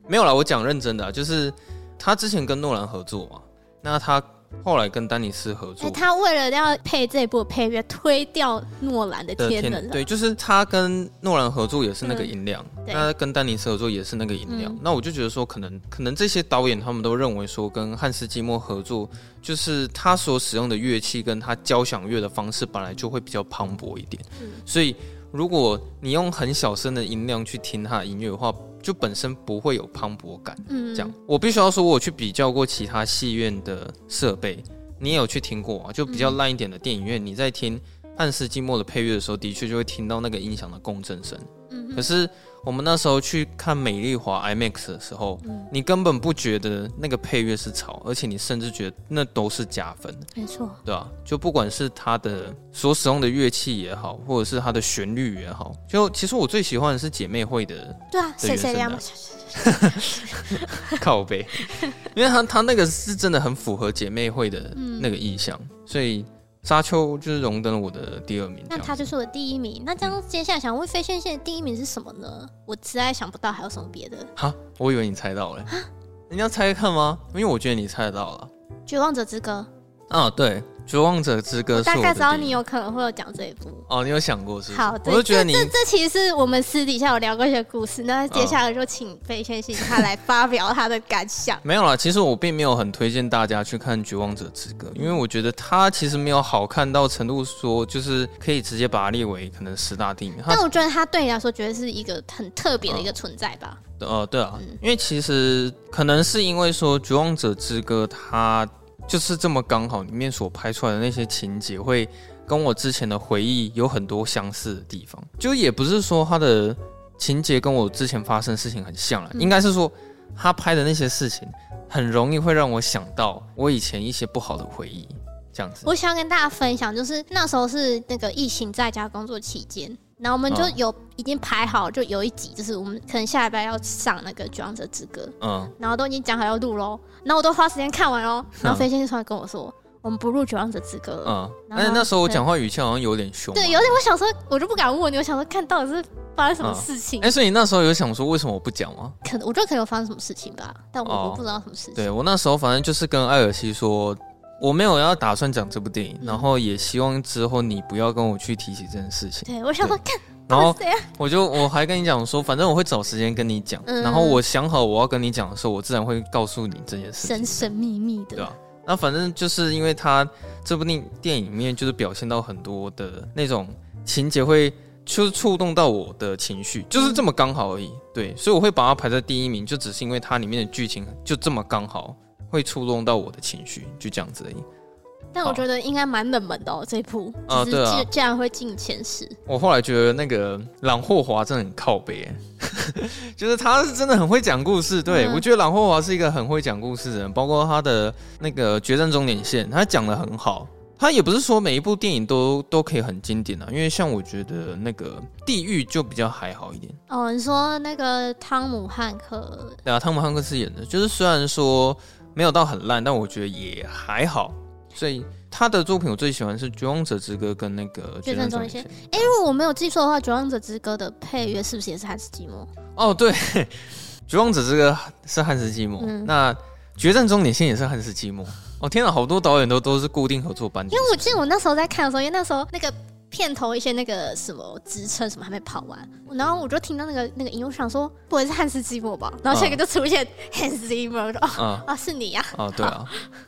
没有啦，我讲认真的、啊，就是他之前跟诺兰合作嘛，那他后来跟丹尼斯合哎、作，他为了要配这部配乐，推掉诺兰的《的天天能》了。嗯对，就是他跟诺兰合作也是那个音量，对那跟丹尼斯合作也是那个音量。嗯那我就觉得说，可能可能这些导演他们都认为说，跟汉斯季默合作，就是他所使用的乐器跟他交响乐的方式本来就会比较磅礴一点，嗯所以如果你用很小声的音量去听他的音乐的话，就本身不会有磅礴感。嗯，这样，我必须要说，我有去比较过其他戏院的设备，你也有去听过啊，就比嗯较烂一点的电影院，你在听汉斯季默的配乐的时候，的确就会听到那个音响的共振声。嗯可哼，是我们那时候去看美丽华 IMAX 的时候，嗯你根本不觉得那个配乐是吵，而且你甚至觉得那都是加分，没错，对吧、就不管是它的所使用的乐器也好，或者是它的旋律也好，就其实我最喜欢的是姐妹会的对啊，谁谁这样原， 靠背，因为他他那个是真的很符合姐妹会的嗯那个意向，所以沙丘就是荣登了我的第二名这那样。嗯他就是我的第一名。那这样接下来想问非线线的第一名是什么呢？我实在想不到还有什么别的。哈，我以为你猜到啊了，你要猜看吗？因为我觉得你猜得到了。绝望者之歌，啊，对，《绝望者之歌》是大我概的知道第一你有可能会有讲这一部。哦，你有想过是不是？好，我对，就觉得你。这这这其实是我们私底下有聊过一些故事。那接下来就请非线性他来发表他的感想 没有啦，其实我并没有很推荐大家去看《绝望者之歌》，因为我觉得它其实没有好看到程度说，就是可以直接把它列为可能十大电影。它但我觉得他对你来说，绝对是一个很特别的一个存在吧。呃，对啊，嗯因为其实可能是因为说《绝望者之歌》它就是这么刚好，里面所拍出来的那些情节会跟我之前的回忆有很多相似的地方，就也不是说它的情节跟我之前发生的事情很像了，嗯应该是说他拍的那些事情很容易会让我想到我以前一些不好的回忆，这样子。我想要跟大家分享，就是那时候是那个疫情在家工作期间，然后我们就嗯有、已经排好，就有一集就是我们可能下礼拜要上那个《绝望者之歌》，嗯，然后都已经讲好要录喽，然后我都花时间看完喽，然后嗯飞先生突然跟我说：“我们不录绝望者之歌了。嗯，然而且后那时候我对讲话语气好像有点凶啊。对，有点我想说，我就不敢问你，我想说看到底是发生什么事情，哎、所以你那时候有想说为什么我不讲吗？可能我觉得可能有发生什么事情吧，但我、哦我不知道什么事情。对我那时候反正就是跟艾尔西说，我没有要打算讲这部电影，嗯然后也希望之后你不要跟我去提起这件事情。对，我想说看然到后底是谁啊？我就我还跟你讲说，反正我会找时间跟你讲，嗯然后我想好我要跟你讲的时候，我自然会告诉你这件事神情。神秘秘的，对啊那反正就是因为他这部电电影里面就是表现到很多的那种情节会。就是触动到我的情绪，就是这么刚好而已。对，所以我会把它排在第一名，就只是因为它里面的剧情就这么刚好会触动到我的情绪，就这样子而已。但我觉得应该蛮冷门的哦，这一部啊只对是啊竟竟然会进前十，我后来觉得那个朗霍华真的很靠北 欸，就是他是真的很会讲故事。对、嗯我觉得朗霍华是一个很会讲故事的人，包括他的那个《决战终点线》，他讲的很好。他也不是说每一部电影都都可以很经典啊，因为像我觉得那个《地狱》就比较还好一点。哦，你说那个汤姆汉克，对啊，汤姆汉克斯演的，就是虽然说没有到很烂，但我觉得也还好。所以他的作品我最喜欢是《绝望者之歌》跟那个《决决战战终终点线点线》。哎，如果我没有记错的话，《绝望者之歌》的配乐是不是也是汉斯季默？哦，对， 绝望者这个是汉斯季默，嗯那决战终点线也是汉斯季默。哦，天哪，好多导演都都是固定合作班底，因为我记得我那时候在看的时候，因为那时候那个片头一些那个什么职称什么还没跑完，然后我就听到那个那个音，我想说不会是汉斯季默吧？然后下嗯一个就出现 Hans Zimmer，我说哦啊哦是你呀、啊，对啊。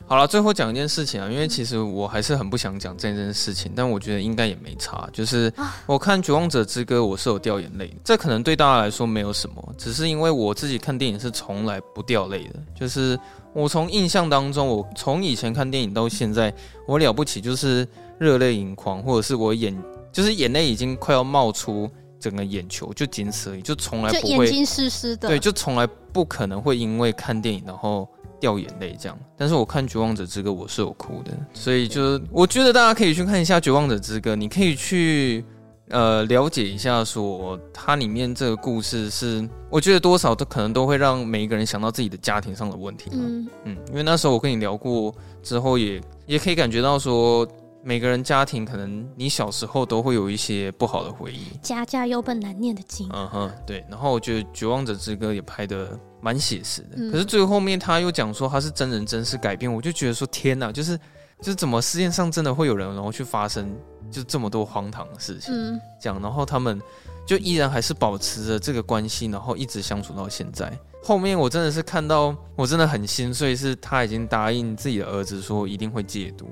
好了，最后讲一件事情啊，因为其实我还是很不想讲这件事情，但我觉得应该也没差。就是啊我看《绝望者之歌》，我是有掉眼泪的，这可能对大家来说没有什么，只是因为我自己看电影是从来不掉泪的，就是我从印象当中，我从以前看电影到现在，我了不起就是热泪盈眶，或者是我眼就是眼泪已经快要冒出整个眼球，就仅此而已，就从来就哎不眼会睛湿湿的。对，就从来不可能会因为看电影然后掉眼泪这样。但是我看《绝望者之歌》，我是有哭的，所以就是我觉得大家可以去看一下《绝望者之歌》，你可以去呃了解一下，说它里面这个故事是，我觉得多少都可能都会让每一个人想到自己的家庭上的问题。嗯嗯，嗯，因为那时候我跟你聊过之后也，也可以感觉到说。每个人家庭可能你小时候都会有一些不好的回忆，家家有本难念的经。嗯哼，对。然后我觉得《绝望者之歌》也拍的蛮写实的，嗯可是最后面他又讲说他是真人真事改编，我就觉得说天哪，就是就是怎么世界上真的会有人然后去发生就这么多荒唐的事情，嗯，这样，然后他们就依然还是保持着这个关系，然后一直相处到现在。后面我真的是看到，我真的很心碎，是他已经答应自己的儿子说一定会戒毒，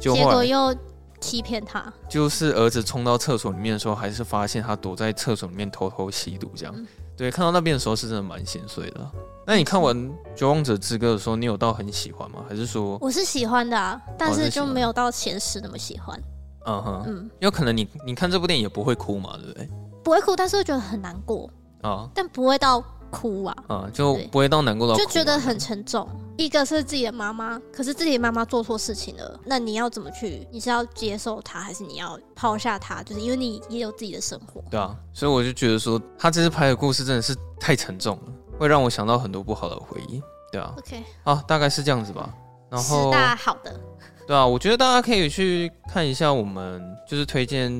结结果后果来又欺骗他。就是儿子冲到厕所里面的时候，还是发现他躲在厕所里面偷偷吸毒，这样。嗯对，看到那边的时候是真的蛮心碎的。那你看完《绝望者之歌》的时候，你有到很喜欢吗？还是说，我是喜欢的、啊，但哦是是喜就欢没有到前十那么喜欢。嗯哼，嗯，有可能你你看这部电影也不会哭嘛，对不对？不会哭，但是会觉得很难过，啊但不会到哭啊。啊，就对不会到难过到哭就嘛觉得很沉重。一个是自己的妈妈，可是自己的妈妈做错事情了，那你要怎么去？你是要接受她，还是你要抛下她？就是因为你也有自己的生活。对啊，所以我就觉得说，他这次拍的故事真的是太沉重了，会让我想到很多不好的回忆。对啊， OK，啊，大概是这样子吧。然十嗯后大好的，对啊，我觉得大家可以去看一下我们就是推荐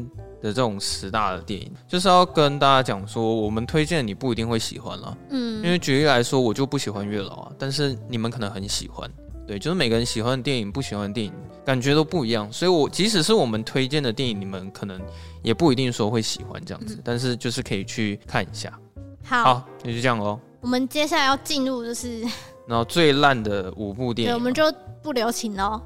的这种十大的电影，就是要跟大家讲说，我们推荐你不一定会喜欢啦，嗯，因为举例来说，我就不喜欢月老啊，但是你们可能很喜欢。对，就是每个人喜欢的电影、不喜欢的电影，感觉都不一样。所以我即使是我们推荐的电影，你们可能也不一定说会喜欢这样子，但是就是可以去看一下。嗯好，好，那就这样喽。我们接下来要进入就是，然后最烂的五部电对，我影，们就不留情喽。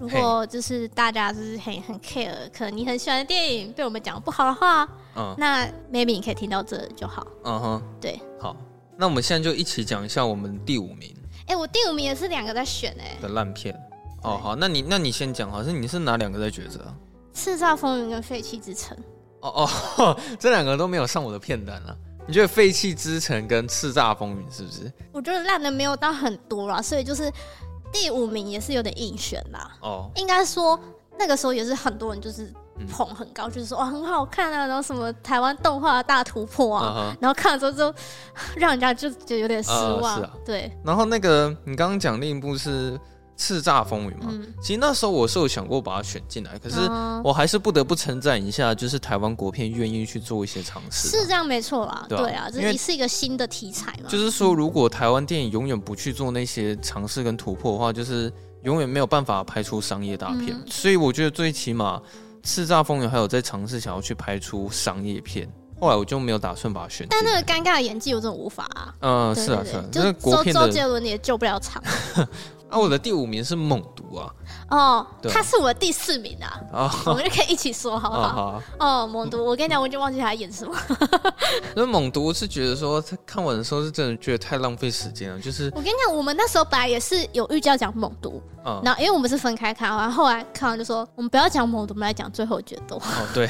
如嘿果就是大家就是很很 care，可能你很喜欢的电影被我们讲不好的话，嗯那 maybe 你可以听到这就好。嗯哼，对，好，那我们现在就一起讲一下我们第五名。哎、我第五名也是两个在选哎、的烂片。哦，对好，那你那你先讲，好像你是哪两个在抉择啊？叱咤风云》跟《废弃之城》。哦哦， 这两个都没有上我的片单啊。你觉得《废弃之城》跟《叱咤风云》是不是？我觉得烂的没有到很多啦，所以就是第五名也是有点硬选啦。哦，应该说那个时候也是很多人就是嗯捧很高，就是说哇很好看啊，然后什么台湾动画大突破啊，嗯哼然后看了之后就让人家就就有点失望。呃是啊对，然后那个你刚刚讲另一部是《叱咤风云嘛。嗯，其实那时候我是有想过把它选进来，可是哦我还是不得不称赞一下，就是台湾国片愿意去做一些尝试。是这样没错啦，啊对啊对啊，这因为是一个新的题材嘛，就是说，如果台湾电影永远不去做那些尝试跟突破的话，就是永远没有办法拍出商业大片。嗯所以我觉得最起码《叱咤风云》还有在尝试想要去拍出商业片。后来我就没有打算把它选进但来。那个尴尬的演技我真的无法啊。嗯、对是啊对是啊，对那个就周国片周的杰伦也救不了场啊，我的第五名是猛毒啊哦，对他是我的第四名 啊，啊我们就可以一起说好不啊好？好啊，哦，猛毒，我跟你讲，我已经忘记他演 什么。那猛毒是觉得说，他看完的时候是真的觉得太浪费时间了，就是我跟你讲，我们那时候本来也是有预计要讲猛毒，啊、然后因为我们是分开看，然后后来看完就说，我们不要讲猛毒，我们来讲最后决 斗。哦， 对，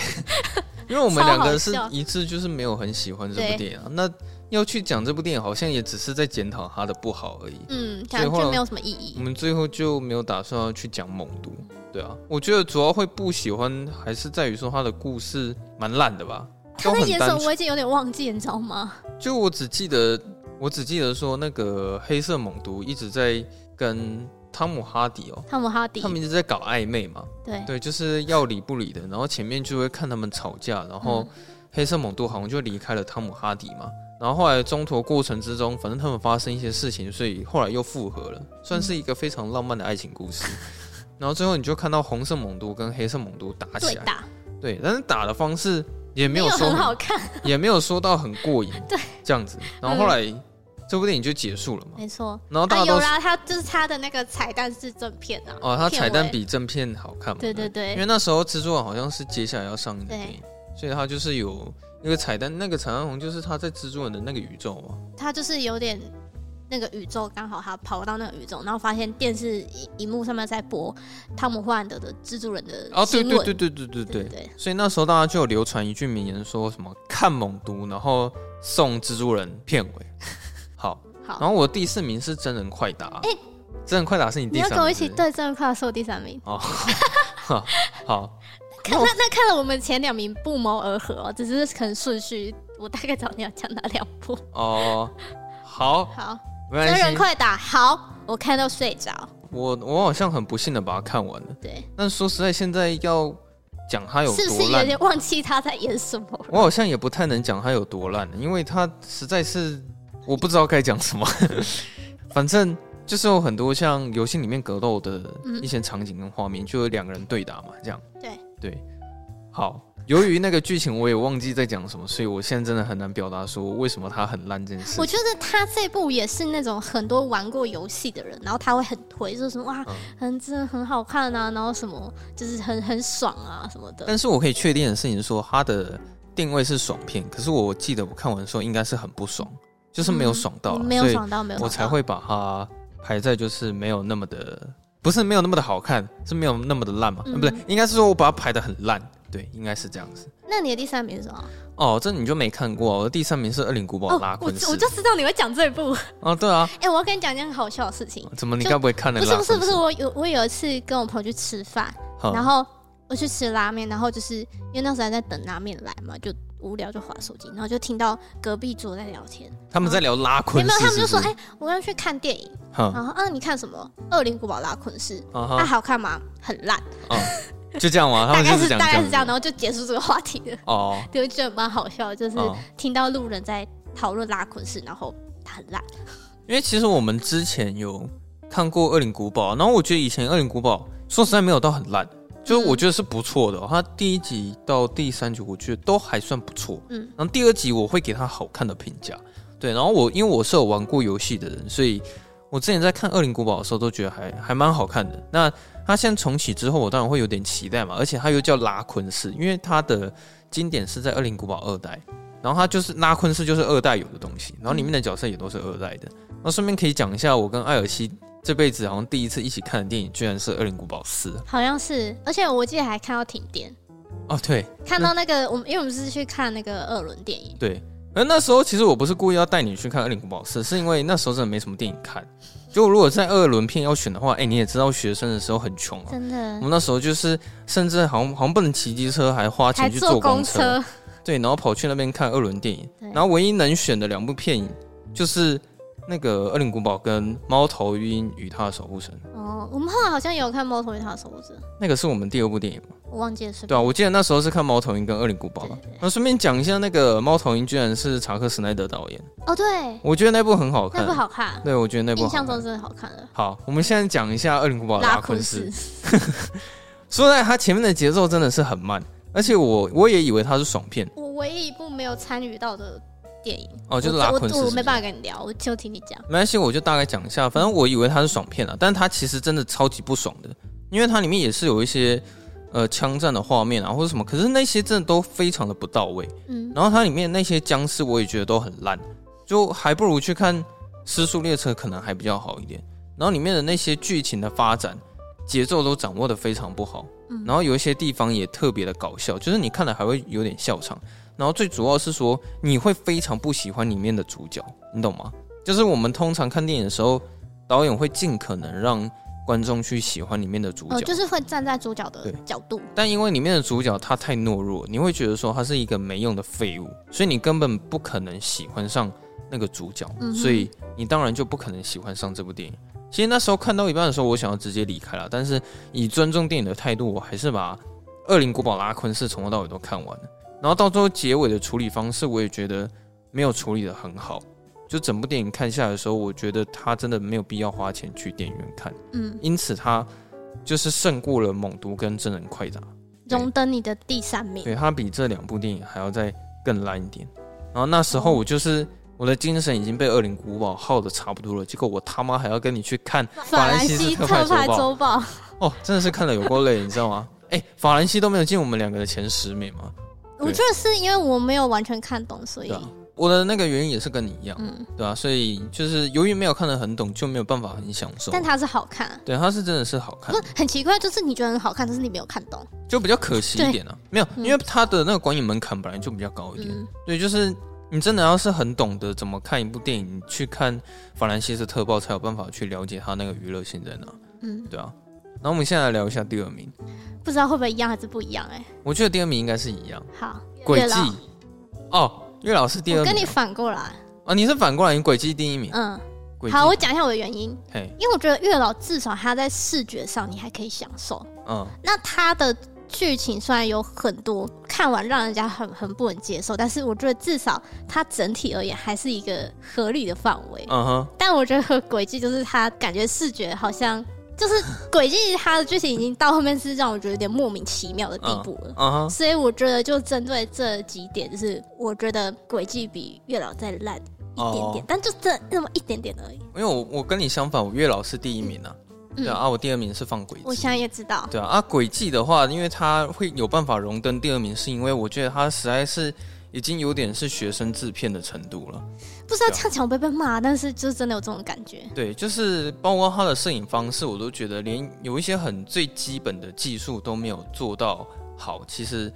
因为我们两个是超好笑一致，就是没有很喜欢这部电影、啊。那要去讲这部电影，好像也只是在检讨它的不好而已。嗯，所讲以后来就没有什么意义我。们最后就没有打算要去讲猛毒，对啊。我觉得主要会不喜欢，还是在于说它的故事蛮烂的吧，他都在很演什单么，纯。我已经有点忘记，你知道吗？就我只记得，我只记得说那个黑色猛毒一直在跟汤姆哈迪哦，汤姆哈迪他，们一直在搞暧昧嘛，对，对，就是要理不理的。然后前面就会看他们吵架，然后嗯黑色猛毒好像就离开了汤姆哈迪嘛。然后后来中途过程之中，反正他们发生一些事情，所以后来又复合了，算是一个非常浪漫的爱情故事。 然后最后你就看到红色猛毒跟黑色猛毒打对起来，打对，但是打的方式也没没有有说哦很很好看，也没有说到很过瘾， 对，这样子。然后后来、这部电影就结束了嘛，没错。然哦后大啊，家有都是、啦，他就是他的那个彩蛋是正片啊。哦，它片彩蛋尾比正片好看嘛，对对不因对，为那时候制作好像是接下来要上映的对电影，所以它就是有那个彩蛋，那个彩蛋红就是他在制作人的那个宇宙啊嘛，他就是有点那个宇宙，刚好他跑到那个宇宙，然后发现电视荧幕上面在播汤姆·霍兰德的蜘蛛人的哦，对新对闻对对对对对对，对，所以那时候大家就有流传一句名言，说什么看猛毒，然后送蜘蛛人片尾，好， 好然后我第四名是真人快打，哎、真人快打是你第你要三名，跟我一起是不 是对正快是我第三 名。哦，好好。看那那看了我们前两名不谋而合哦、只是可能顺序，我大概找你要讲哪两部。哦， 好，好，没真关人系。快打，好，我看到睡着。我我好像很不幸的把它看完了，对，但说实在，现在要讲它有是不是哎多有烂，点忘记他在演什么了？我好像也不太能讲它有多烂，因为它实在是我不知道该讲什么。 反正就是有很多像游戏里面格斗的嗯一些场景跟画面，就有两个人对打嘛，这样。对对，好。由于那个剧情我也忘记在讲什么，所以我现在真的很难表达说为什么它很烂这件事情。我觉得他这部也是那种很多玩过游戏的人，然后他会很推，就是哇嗯，很真的很好看啊，然后什么就是很很爽啊什么的。但是我可以确定的事情是说，它的定位是爽片，可是我记得我看完的时候应该是很不爽，就是没有爽到啦、啊嗯没有所以爽到，没有爽到我才会把它排在就是没有那么的，不是没有那么的好看，是没有那么的烂嘛？嗯呃不对，应该是说我把它排的很烂，对，应该是这样子。那你的第三名是什么？哦哦，这你就没看过啊、我的第三名是《恶灵古堡》拉我昆市我就知道你会讲这 部。哦，对啊，哎、我要跟你讲一件很好笑的事情。怎么哦你就该不会看了不是拉不昆嗯是不市？是，我有我有一次跟我朋友去吃饭，好，然后我去吃拉面，然后就是因为那时候还在等拉面来嘛，就无聊就划手机，然后就听到隔壁桌在聊天，他们在聊拉有昆没有？市他是们不，就是说，哎、我要去看电影，哼，然后啊，你看什么？《恶灵古堡拉昆市》啊啊，哈，好看吗？很烂，就这样嘛，他大们概就是是大讲概是子这样，然后就结束这个话题了。 哦，对，我觉得蛮好笑的，就是哦听到路人在讨论拉昆市，然后它很烂。因为其实我们之前有看过《恶灵古堡》，然后我觉得以前《恶灵古堡》说实在没有到很烂，就是我觉得是不错的哦、它第一集到第三集我觉得都还算不错，嗯然后第二集我会给它好看的评价。对，然后我因为我是有玩过游戏的人，所以我之前在看《恶灵古堡》的时候都觉得还还蛮好看的。那它现在重启之后，我当然会有点期待嘛，而且它又叫拉昆市，因为它的经典是在《恶灵古堡二代》，然后它就是拉昆市就是二代有的东西，然后里面的角色也都是二代的。那顺便可以讲一下，我跟艾尔西这辈子好像第一次一起看的电影，居然是《恶灵古堡四》好像是，而且我记得还看到停电，哦，对看到那个我们，因为我们是去看那个二轮电影，对。而那时候其实我不是故意要带你去看《恶灵古堡四》，是因为那时候真的没什么电影看。就如果在二轮片要选的话，哎、你也知道学生的时候很穷啊。真我的们那时候就是甚至好像好像不能骑机车，还花还钱去坐坐公公车。，对，然后跑去那边看二轮电影对，然后唯一能选的两部电影就是那个《恶灵古堡》跟《猫头鹰与他的守护神》，哦，我们后来好像也有看《猫头鹰》他的守护者，那个是我们第二部电影嘛？我忘记了是。对啊，我记得那时候是看《猫头鹰》跟《恶灵古堡》对了对。对那顺便讲一下，那个《猫头鹰》居然是查克·史奈德导演，哦，对，我觉得那部很好看。那部好看，对，我觉得那部好印象看中真的好看了。好，我们现在讲一下《恶灵古堡》的拉拉昆斯斯。，说实在，它前面的节奏真的是很慢，而且我我也以为它是爽片我唯一一部没有参与到的电影，哦，就是拉我昆斯我我是没不是办法跟你聊，我就听你讲。没关系，我就大概讲一下。反正我以为它是爽片啊，但它其实真的超级不爽的，因为它里面也是有一些呃枪战的画面啊，或者什么，可是那些真的都非常的不到位。嗯，然后它里面那些僵尸我也觉得都很烂，就还不如去看《失速列车》可能还比较好一点。然后里面的那些剧情的发展节奏都掌握的非常不好，嗯然后有一些地方也特别的搞笑，就是你看了还会有点笑场。然后最主要是说你会非常不喜欢里面的主角，你懂吗？就是我们通常看电影的时候，导演会尽可能让观众去喜欢里面的主角，哦，就是会站在主角的对角度，但因为里面的主角他太懦弱，你会觉得说他是一个没用的废物，所以你根本不可能喜欢上那个主角，嗯哼所以你当然就不可能喜欢上这部电影。其实那时候看到一半的时候，我想要直接离开了，但是以尊重电影的态度，我还是把《恶灵古堡拉昆是从头到尾都看完了。然后到最后结尾的处理方式，我也觉得没有处理的很好。就整部电影看下来的时候，我觉得他真的没有必要花钱去电影院看，嗯，因此他就是胜过了《猛毒》跟《真人快打》。对荣登你的第三名。对，它比这两部电影还要再更烂一点。然后那时哦候我就是我的精神已经被《恶灵古堡》耗的差不多了，结果我他妈还要跟你去看法兰兰西西特特派派周周报，哦，真的是看了有够累，你知道吗？哎、法兰西都没有进我们两个的前十名嘛。我觉得是因为我没有完全看懂，所以对啊我的那个原因也是跟你一样，嗯，对啊，所以就是由于没有看得很懂，就没有办法很享受。但它是好看。对，它是真的是好看不，是很奇怪，就是你觉得很好看，但是你没有看懂。就比较可惜一点啊。没有，嗯因为它的那个观影门槛本来就比较高一点，嗯，对，就是你真的要是很懂得怎么看一部电影，你去看法兰西斯特报才有办法去了解它那个娱乐性在哪，嗯，对啊。那我们现在来聊一下第二名，不知道会不会一样还是不一样哎、我觉得第二名应该是一样，好，轨月迹老，哦，月老是第我二名跟你反过来，啊，你是反过来，你轨迹第一名，嗯，轨迹好，我讲一下我的原因，嘿，因为我觉得月老至少它在视觉上你还可以享受，嗯，那它的剧情虽然有很多看完让人家很很不能接受，但是我觉得至少它整体而言还是一个合理的范围。嗯哼，但我觉得轨迹就是它感觉视觉好像就是轨迹，它的剧情已经到后面是让我觉得有点莫名其妙的地步了。哦嗯哼，所以我觉得就针对这几点，就是我觉得轨迹比月老再烂一点点，哦但就这那么一点点而已。因为我我跟你相反，我月老是第一名啊，对啊，嗯，啊我第二名是放轨我迹。现在也知道，对啊，啊，轨迹的话，因为他会有办法荣登第二名，是因为我觉得他实在是已经有点是学生制片的程度了。不知道对啊这样讲会不会被骂，但是就是真的有这种感觉。对，就是包括他的摄影方式，我都觉得连有一些很最基本的技术都没有做到好，其实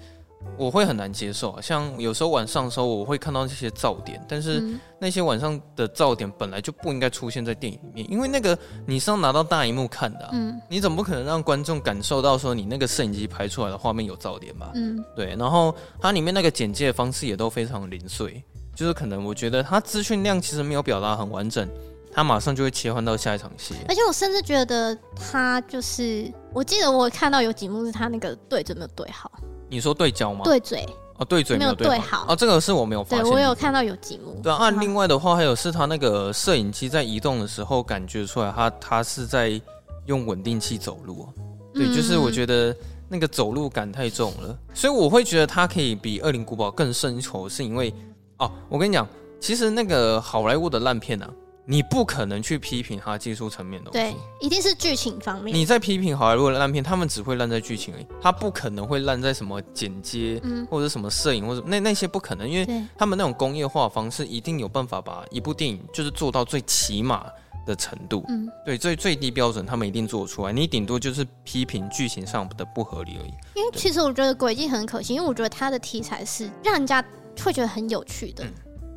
我会很难接受啊。像有时候晚上的时候，我会看到这些噪点，但是嗯那些晚上的噪点本来就不应该出现在电影里面，因为那个你是要拿到大荧幕看的、啊，嗯你总不可能让观众感受到说你那个摄影机拍出来的画面有噪点吧？嗯，对，然后它里面那个简介方式也都非常零碎，就是可能我觉得它资讯量其实没有表达很完整，它马上就会切换到下一场戏。而且我甚至觉得他就是，我记得我看到有几幕是他那个对准没有对好，你说对焦吗？，对嘴，哦，对嘴没没有有对对好哦，这个是我没有发对现我有的。看到有几幕。对啊，啊嗯另外的话还有是它那个摄影机在移动的时候，感觉出来它它是在用稳定器走路啊、嗯对，就是我觉得那个走路感太重了，所以我会觉得它可以比《恶灵古堡》更胜筹，是因为哦，我跟你讲，其实那个好莱坞的烂片啊，你不可能去批评它技术层面的东对西。，一定是剧情方面。你在批评好莱坞的烂片，他们只会烂在剧情里，他不可能会烂在什么剪接、嗯，或者什么摄影或者那那些不可能，因为对，他们那种工业化方式一定有办法把一部电影就是做到最起码的程度。嗯，对，最最低标准他们一定做出来，你顶多就是批评剧情上的不合理而已。因为其实我觉得轨迹很可惜，因为我觉得他的题材是让人家会觉得很有趣的，嗯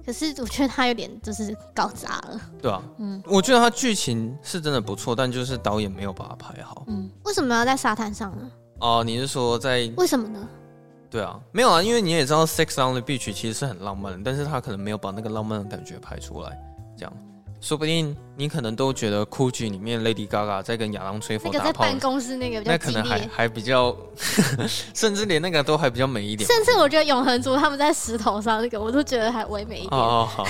可是我觉得他有点就是搞砸了。对啊，嗯我觉得他剧情是真的不错，但就是导演没有把它拍好。嗯，为什么要在沙滩上呢？哦、你是说在为什么呢？对啊，没有啊，因为你也知道《Sex on the Beach》其实是很浪漫的，但是他可能没有把那个浪漫的感觉拍出来。这样，说不定你可能都觉得《酷剧》里面 Lady Gaga 在跟亚当·崔佛那个打在炮办，公室那个比较那可激能还烈，还比较， 甚至连那个都还比较美一点。甚至我觉得永恒族他们在石头上那个，我都觉得还唯美一点。哦哦好，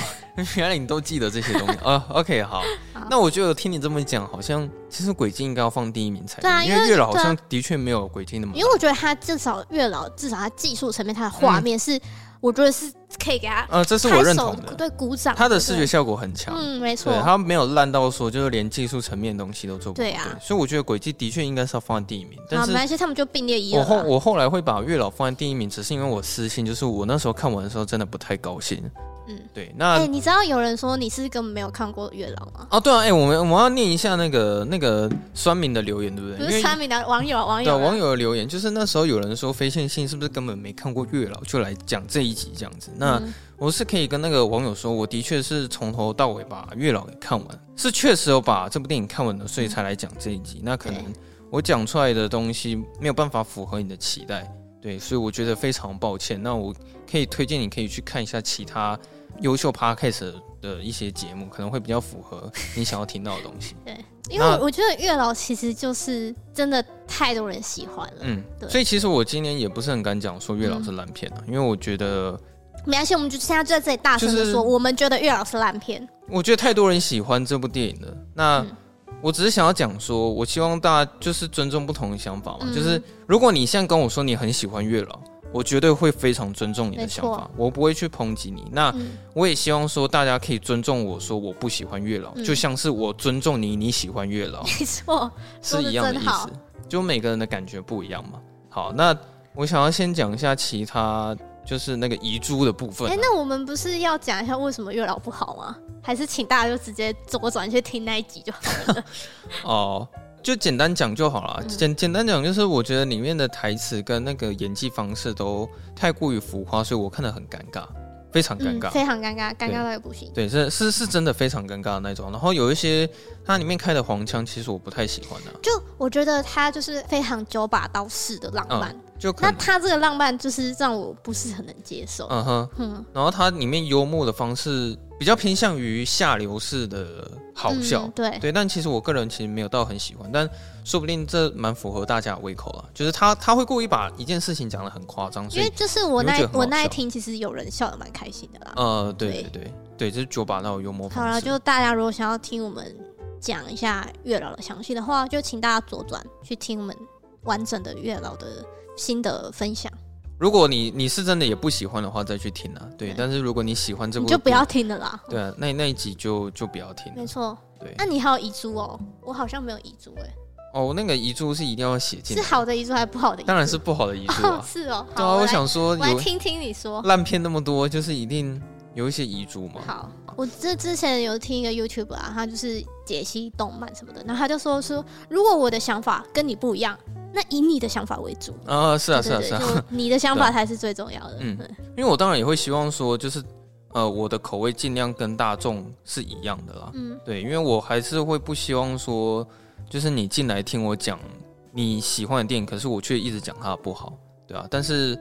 原来你都记得这些东西 啊。OK 好好，那我觉得听你这么讲，好像其实鬼镜应该要放第一名才对啊因因为月老好对啊像的确没有鬼镜那么因为我觉得他至少月老，至少他技术层面，他的画面是，我觉得是可以给他呃，这是我拍认手同的，对鼓掌。他的对视觉效果很强，嗯，没错对，他没有烂到说就是连技术层面的东西都做不对啊所以我觉得轨迹的确应该是要放在第一名，但好，是没。关系，他们就并列一我二后啊。我后来会把月老放在第一名，只是因为我私信，就是我那时候看完的时候真的不太高兴。嗯，对，那、哎、你知道有人说你是根本没有看过月老吗？哦对啊，哎、我们我们要念一下那个那个酸民的留言，对不对？不因是为三名的网友啊，网对友啊啊，网友的留言，就是那时候有人说非线性是不是根本没看过月老，就来讲这一集这样子。那、嗯我是可以跟那个网友说，我的确是从头到尾把月老给看完，是确实有把这部电影看完的，所以才来讲这一集。那可能对嗯我讲出来的东西没有办法符合你的期待，对，所以我觉得非常抱歉。那我可以推荐你可以去看一下其他优秀 podcast 的一些节目，可能会比较符合你想要听到的东西。因为我那我觉得月老其实就是真的太多人喜欢了。嗯，对所以其实我今年也不是很敢讲说月老是烂片啊，因为我觉得，没关系，我们就现在就在这里大声就的是说，我们觉得月老是烂片。我觉得太多人喜欢这部电影了。那、嗯我只是想要讲说，我希望大家就是尊重不同的想法嘛。嗯就是如果你现在跟我说你很喜欢月老，我绝对会非常尊重你的没想错法，我不会去抨击你。那嗯，我也希望说大家可以尊重我说我不喜欢月老，嗯就像是我尊重你，你喜欢月 老。没错，是一样说得的意真好思，就每个人的感觉不一样嘛。好，那我想要先讲一下其他，就是那个遗珠的部分哎、啊、那我们不是要讲一下为什么月老不好吗？还是请大家就直接左转去听那一集就好了。哦。就简单讲就好了，嗯简简单讲就是，我觉得里面的台词跟那个演技方式都太过于浮夸，所以我看得很尴尬，非常尴尬。嗯非常尴尬，尴尬到也不行。对，是是是真的非常尴尬的那种。然后有一些它里面开的黄腔，其实我不太喜欢的、啊就我觉得他就是非常九把刀式的浪漫，就可那能他这个浪漫就是让我不是很能接受。嗯哼，嗯，然后它里面幽默的方式比较偏向于下流式的好笑，嗯对，对，但其实我个人其实没有到很喜欢，但说不定这蛮符合大家的胃口了。就是他他会故意把一件事情讲得很夸张，因所为以就是我你会那觉得很好我那一笑听，其实有人笑的蛮开心的啦。呃，对对对对对，这是九把刀的幽默好方了，式。就大家如果想要听我们讲一下月老的详细的话，就请大家左转去听我们完整的月老的心得分享，如果你你是真的也不喜欢的话，再去听啊。对，对但是如果你喜欢这部你就电影，不要听了啦。对啊，那那一集就就不要听了没。错，对那、，你还有遗珠哦，我好像没有遗珠哎、哦，那个遗珠是一定要写进是来，好的遗珠还是不好的遗珠？当然是不好的遗珠 哦，啊。是哦，好对啊，我我来想说我来有听听你说。烂片那么多，就是一定有一些遗珠嘛。好，我这之前有听一个 YouTube 啊，他就是解析动漫什么的，然后他就说说，如果我的想法跟你不一样，那以你的想法为主。啊，是啊，是对啊，对是对，啊。就你的想对法啊才是最重要的。嗯嗯因为我当然也会希望说，就是呃，我的口味尽量跟大众是一样的啦。嗯，对，因为我还是会不希望说，就是你进来听我讲你喜欢的电影，可是我却一直讲它的不好，对啊。但是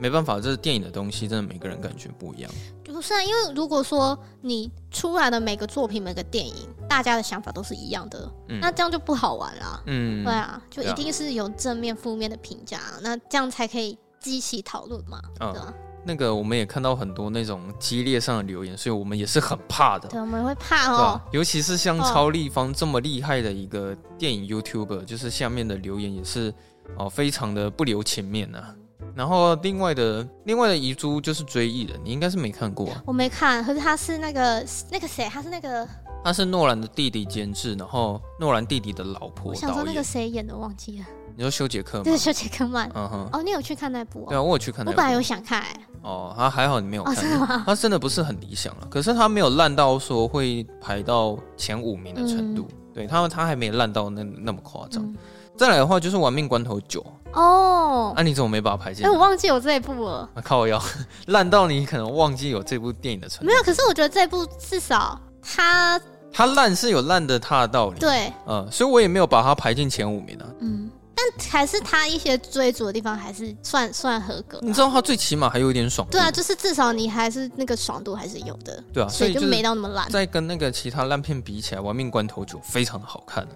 没办法，这是电影的东西，真的每个人感觉不一样。不是啊，因为如果说你出来的每个作品、每个电影，大家的想法都是一样的，嗯那这样就不好玩啦。嗯，对啊，就对一啊定是有正面、负面的评价，啊那这样才可以激起讨论嘛，对啊嗯，吧？那个我们也看到很多那种激烈上的留言，所以我们也是很怕的。对，我们会怕对啊哦吧，？尤其是像哦超立方这么厉害的一个电影 YouTuber，就是下面的留言也是哦，非常的不留情面呐、啊然后另外的另外的遗珠就是追忆人，你应该是没看过、啊，我没看，可是他是那个那个谁，他是那个他是诺兰的弟弟监制，然后诺兰弟弟的老婆我想说导那个演，谁演的，我忘记了，你说休杰克吗对，？修杰克曼。嗯哼，哦，你有去看那部、对哦？啊，我有去看那我部本来有想看、欸，哦，他还好你没有哦，真看的，吗？ 他真的不是很理想了，可是他没有烂到说会排到前五名的程度，对他他还没烂到那那么夸张。嗯再来的话就是《玩命关头九》，哦，啊，你怎么没把它排进哎，我来？忘记有这一部了。啊、靠腰， 烂到你可能忘记有这部电影的存没在。有，可是我觉得这部至少它它烂是有烂的它的道理，对，嗯，所以我也没有把它排进前五名啊。嗯，但还是他一些追逐的地方还是算算合格啊、你知道他最起码还有一点爽度，对啊，就是至少你还是那个爽度还是有的，对啊，所所以以就就是没到那么烂。在跟那个其他烂片比起来，《玩命关头九》非常的好看。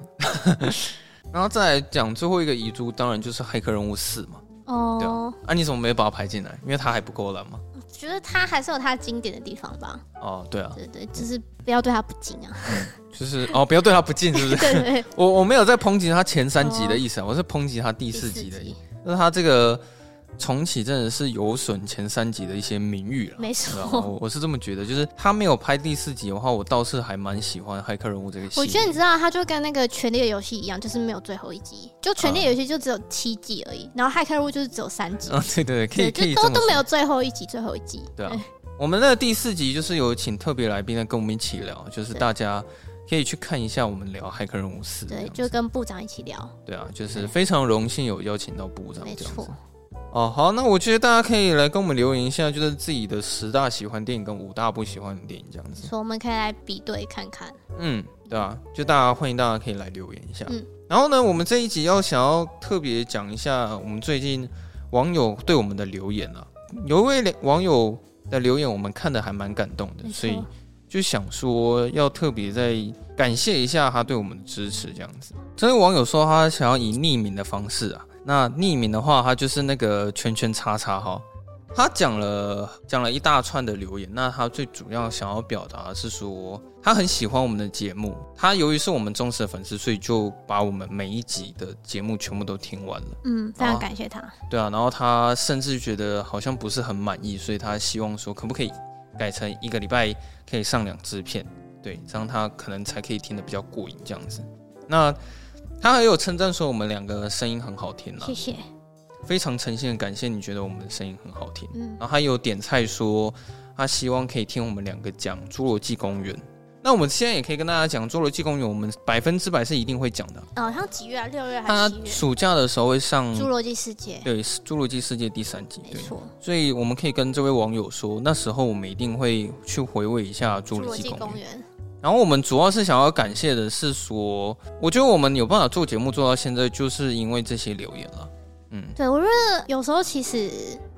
然后再来讲最后一个遗珠，当然就是《骇客任务四》嘛。对哦，啊，你怎么没把它排进来？因为它还不够烂嘛。觉得他还是有他经典的地方吧，哦，对啊，对对，就是不要对他不敬啊，就是哦，不要对它不敬，是不是？ 对对 对，我我没有在抨击它前三集的意思啊，我是抨击它第哦第四集的意思。那它这个重启真的是有损前三集的一些名誉 了。没对啊我错。我是这么觉得，就是他没有拍第四集的话，我倒是还蛮喜欢《骇客任务》这个戏。我 觉得你知道，他就跟那个《权力的游戏》一样，就是没有最后一集，就《权力啊的游戏》就只有七集而已，然后《骇客任务》就是只有三集，啊，对对对，可对，以可以就这都么说都没有最后一集，最后一集，对啊， 我们的第四集就是有请特别来宾来跟我们一起聊，就是对大家可以去看一下我们聊《骇客任务四》这对，样子。就跟部长一起聊，对啊，就是非常荣幸有邀请到部长没这样错子。。哦，好，那我觉得大家可以来跟我们留言一下，就是自己的十大喜欢电影跟五大不喜欢的电影这样子。说我们可以来比对看看，嗯，对啊，就大家欢迎大家可以来留言一下。嗯然后呢，我们这一集要想要特别讲一下我们最近网友对我们的留言啊，有一位网友的留言我们看的还蛮感动的，没错所以就想说要特别再感谢一下他对我们的支持，这样子。这位网友说他想要以匿名的方式啊，那匿名的话，他就是那个圈圈叉叉哈。他讲了讲了一大串的留言，那他最主要想要表达的是说，他很喜欢我们的节目，他由于是我们忠实的粉丝，所以就把我们每一集的节目全部都听完了。嗯，非常啊感谢他，对啊，然后他甚至觉得好像不是很满意，所以他希望说可不可以改成一个礼拜可以上两支片，对，这样他可能才可以听得比较过瘾这样子。那他还有称赞说我们两个声音很好听啊谢，谢，非常诚心的感谢你觉得我们的声音很好听。嗯，然后他有点菜说，他希望可以听我们两个讲《侏罗纪公园》。那我们现在也可以跟大家讲，《侏罗纪公园》我们百分之百是一定会讲的。好像几月啊？六月还他是七月？暑假的时候会上《侏罗纪世界》对《侏罗纪世界》第三集，没对，错，所以我们可以跟这位网友说，那时候我们一定会去回味一下《《侏侏罗罗纪纪公公园》。园》然后我们主要是想要感谢的是说，我觉得我们有办法做节目做到现在，就是因为这些留言了。嗯，对我觉得有时候其实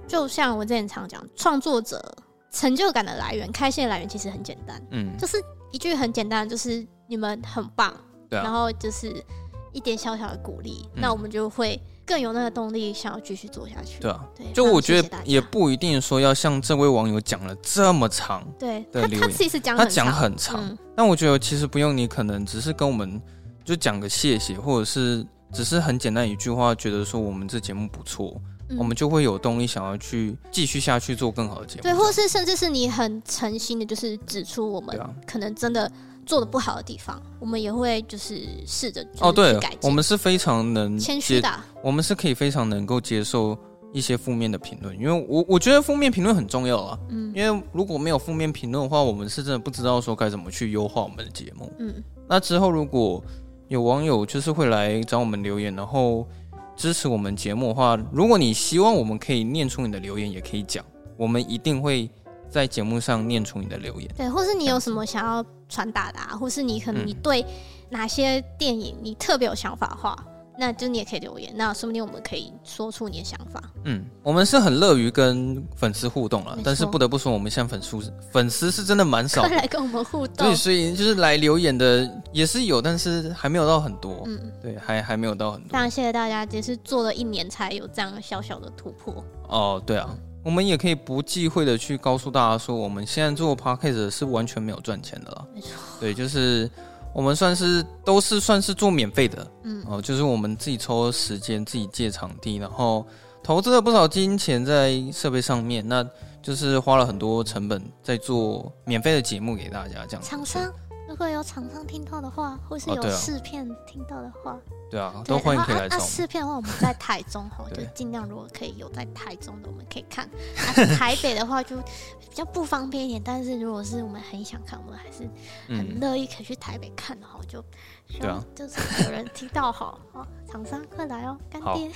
就像我之前常讲，创作者成就感的来源、开心的来源其实很简单，嗯，就是一句很简单，就是你们很棒，对啊然后就是一点小小的鼓励，嗯那我们就会更有那个动力，想要继续做下去。对啊，对，就非常我觉谢谢得大家也不一定说要像这位网友讲了这么长，对的他留他言其实讲他讲长很长，嗯但我觉得其实不用你，可能只是跟我们就讲个谢谢，或者是只是很简单一句话，觉得说我们这节目不错，嗯我们就会有动力想要去继续下去做更好的节目。对，或是甚至是你很诚心的，就是指出我们对啊可能真的做的不好的地方，我们也会就是试着就是哦，对去改，进我们是非常能谦虚接，的啊，我们是可以非常能够接受一些负面的评论，因为我我觉得负面评论很重要啊。嗯因为如果没有负面评论的话，我们是真的不知道说该怎么去优化我们的节目。嗯，那之后如果有网友就是会来找我们留言，然后支持我们节目的话，如果你希望我们可以念出你的留言，也可以讲，我们一定会在节目上念出你的留言。对，或是你有什么想要传达的、啊，或是你可能嗯你对哪些电影你特别有想法的话，那就你也可以留言，那说不定我们可以说出你的想法。嗯，我们是很乐于跟粉丝互动了没错，但是不得不说，我们现在粉丝粉丝是真的蛮少快的。 来跟我们互动对，，所以就是来留言的也是有，但是还没有到很多。嗯，对，还还没有到很多非。常谢谢大家，也是做了一年才有这样小小的突破。哦，对啊，我们也可以不忌讳的去告诉大家说，我们现在做 podcast 是完全没有赚钱的啦。没错，对，就是我们算是都是算是做免费的，嗯哦，就是我们自己抽时间，自己借场地，然后投资了不少金钱在设备上面，那就是花了很多成本在做免费的节目给大家，这样子厂商如果有厂商听到的话，或是哦有对啊试片听到的话，对啊，对都欢迎可以然后来啊找我啊们。试片的话，我们在台 中哈，就对尽量如果可以有在台中的，我们可以看。 啊、台北的话就比较不方便一点，但是如果是我们很想看，我们还是很嗯，乐意可以去台北看的哈，就希对望啊就是有人听到好，哦，厂商快来哦，干爹。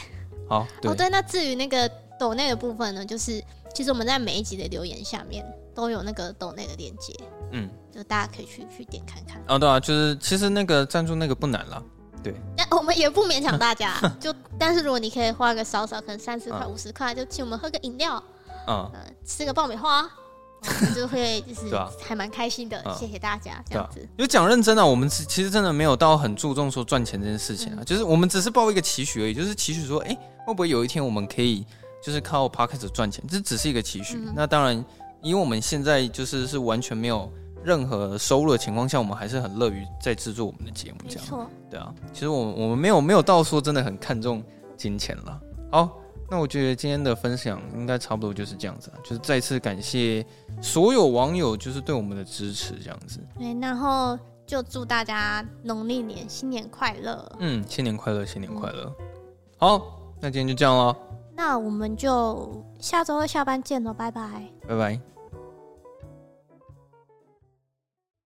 好，哦，对，对，那至于那个抖内的部分呢，就是其实我们在每一集的留言下面都有那个抖内的链接，嗯，就大家可以去去点看看。啊哦，对啊，就是其实那个赞助那个不难啦，对，但 我们也不勉强大 家，就但是如果你可以花个少少，可能三十块、嗯五十块，就请我们喝个饮料，嗯，呃，吃个爆米 花，我们就会就是对啊还蛮开心的，嗯谢谢大家这对样啊子。就讲认真啊，我们是其实真的没有到很注重说赚钱这件事情啊，就是我们只是抱一个期许而已，就是期许说，哎、会不会有一天我们可以就是靠 p o c k e t 赚钱？这只是一个期许。嗯那当然，因为我们现在就是是完全没有任何收入的情况下，我们还是很乐于在制作我们的节目没这样。错，对啊，其实我我们没有没有到说真的很看重金钱了。好，那我觉得今天的分享应该差不多就是这样子啊，就是再次感谢所有网友就是对我们的支持这样子。对，然后就祝大家农历年新年快乐。嗯，新年快乐，新年快乐。好，那今天就这样了，那我们就下周二下班见喽，拜拜。拜拜。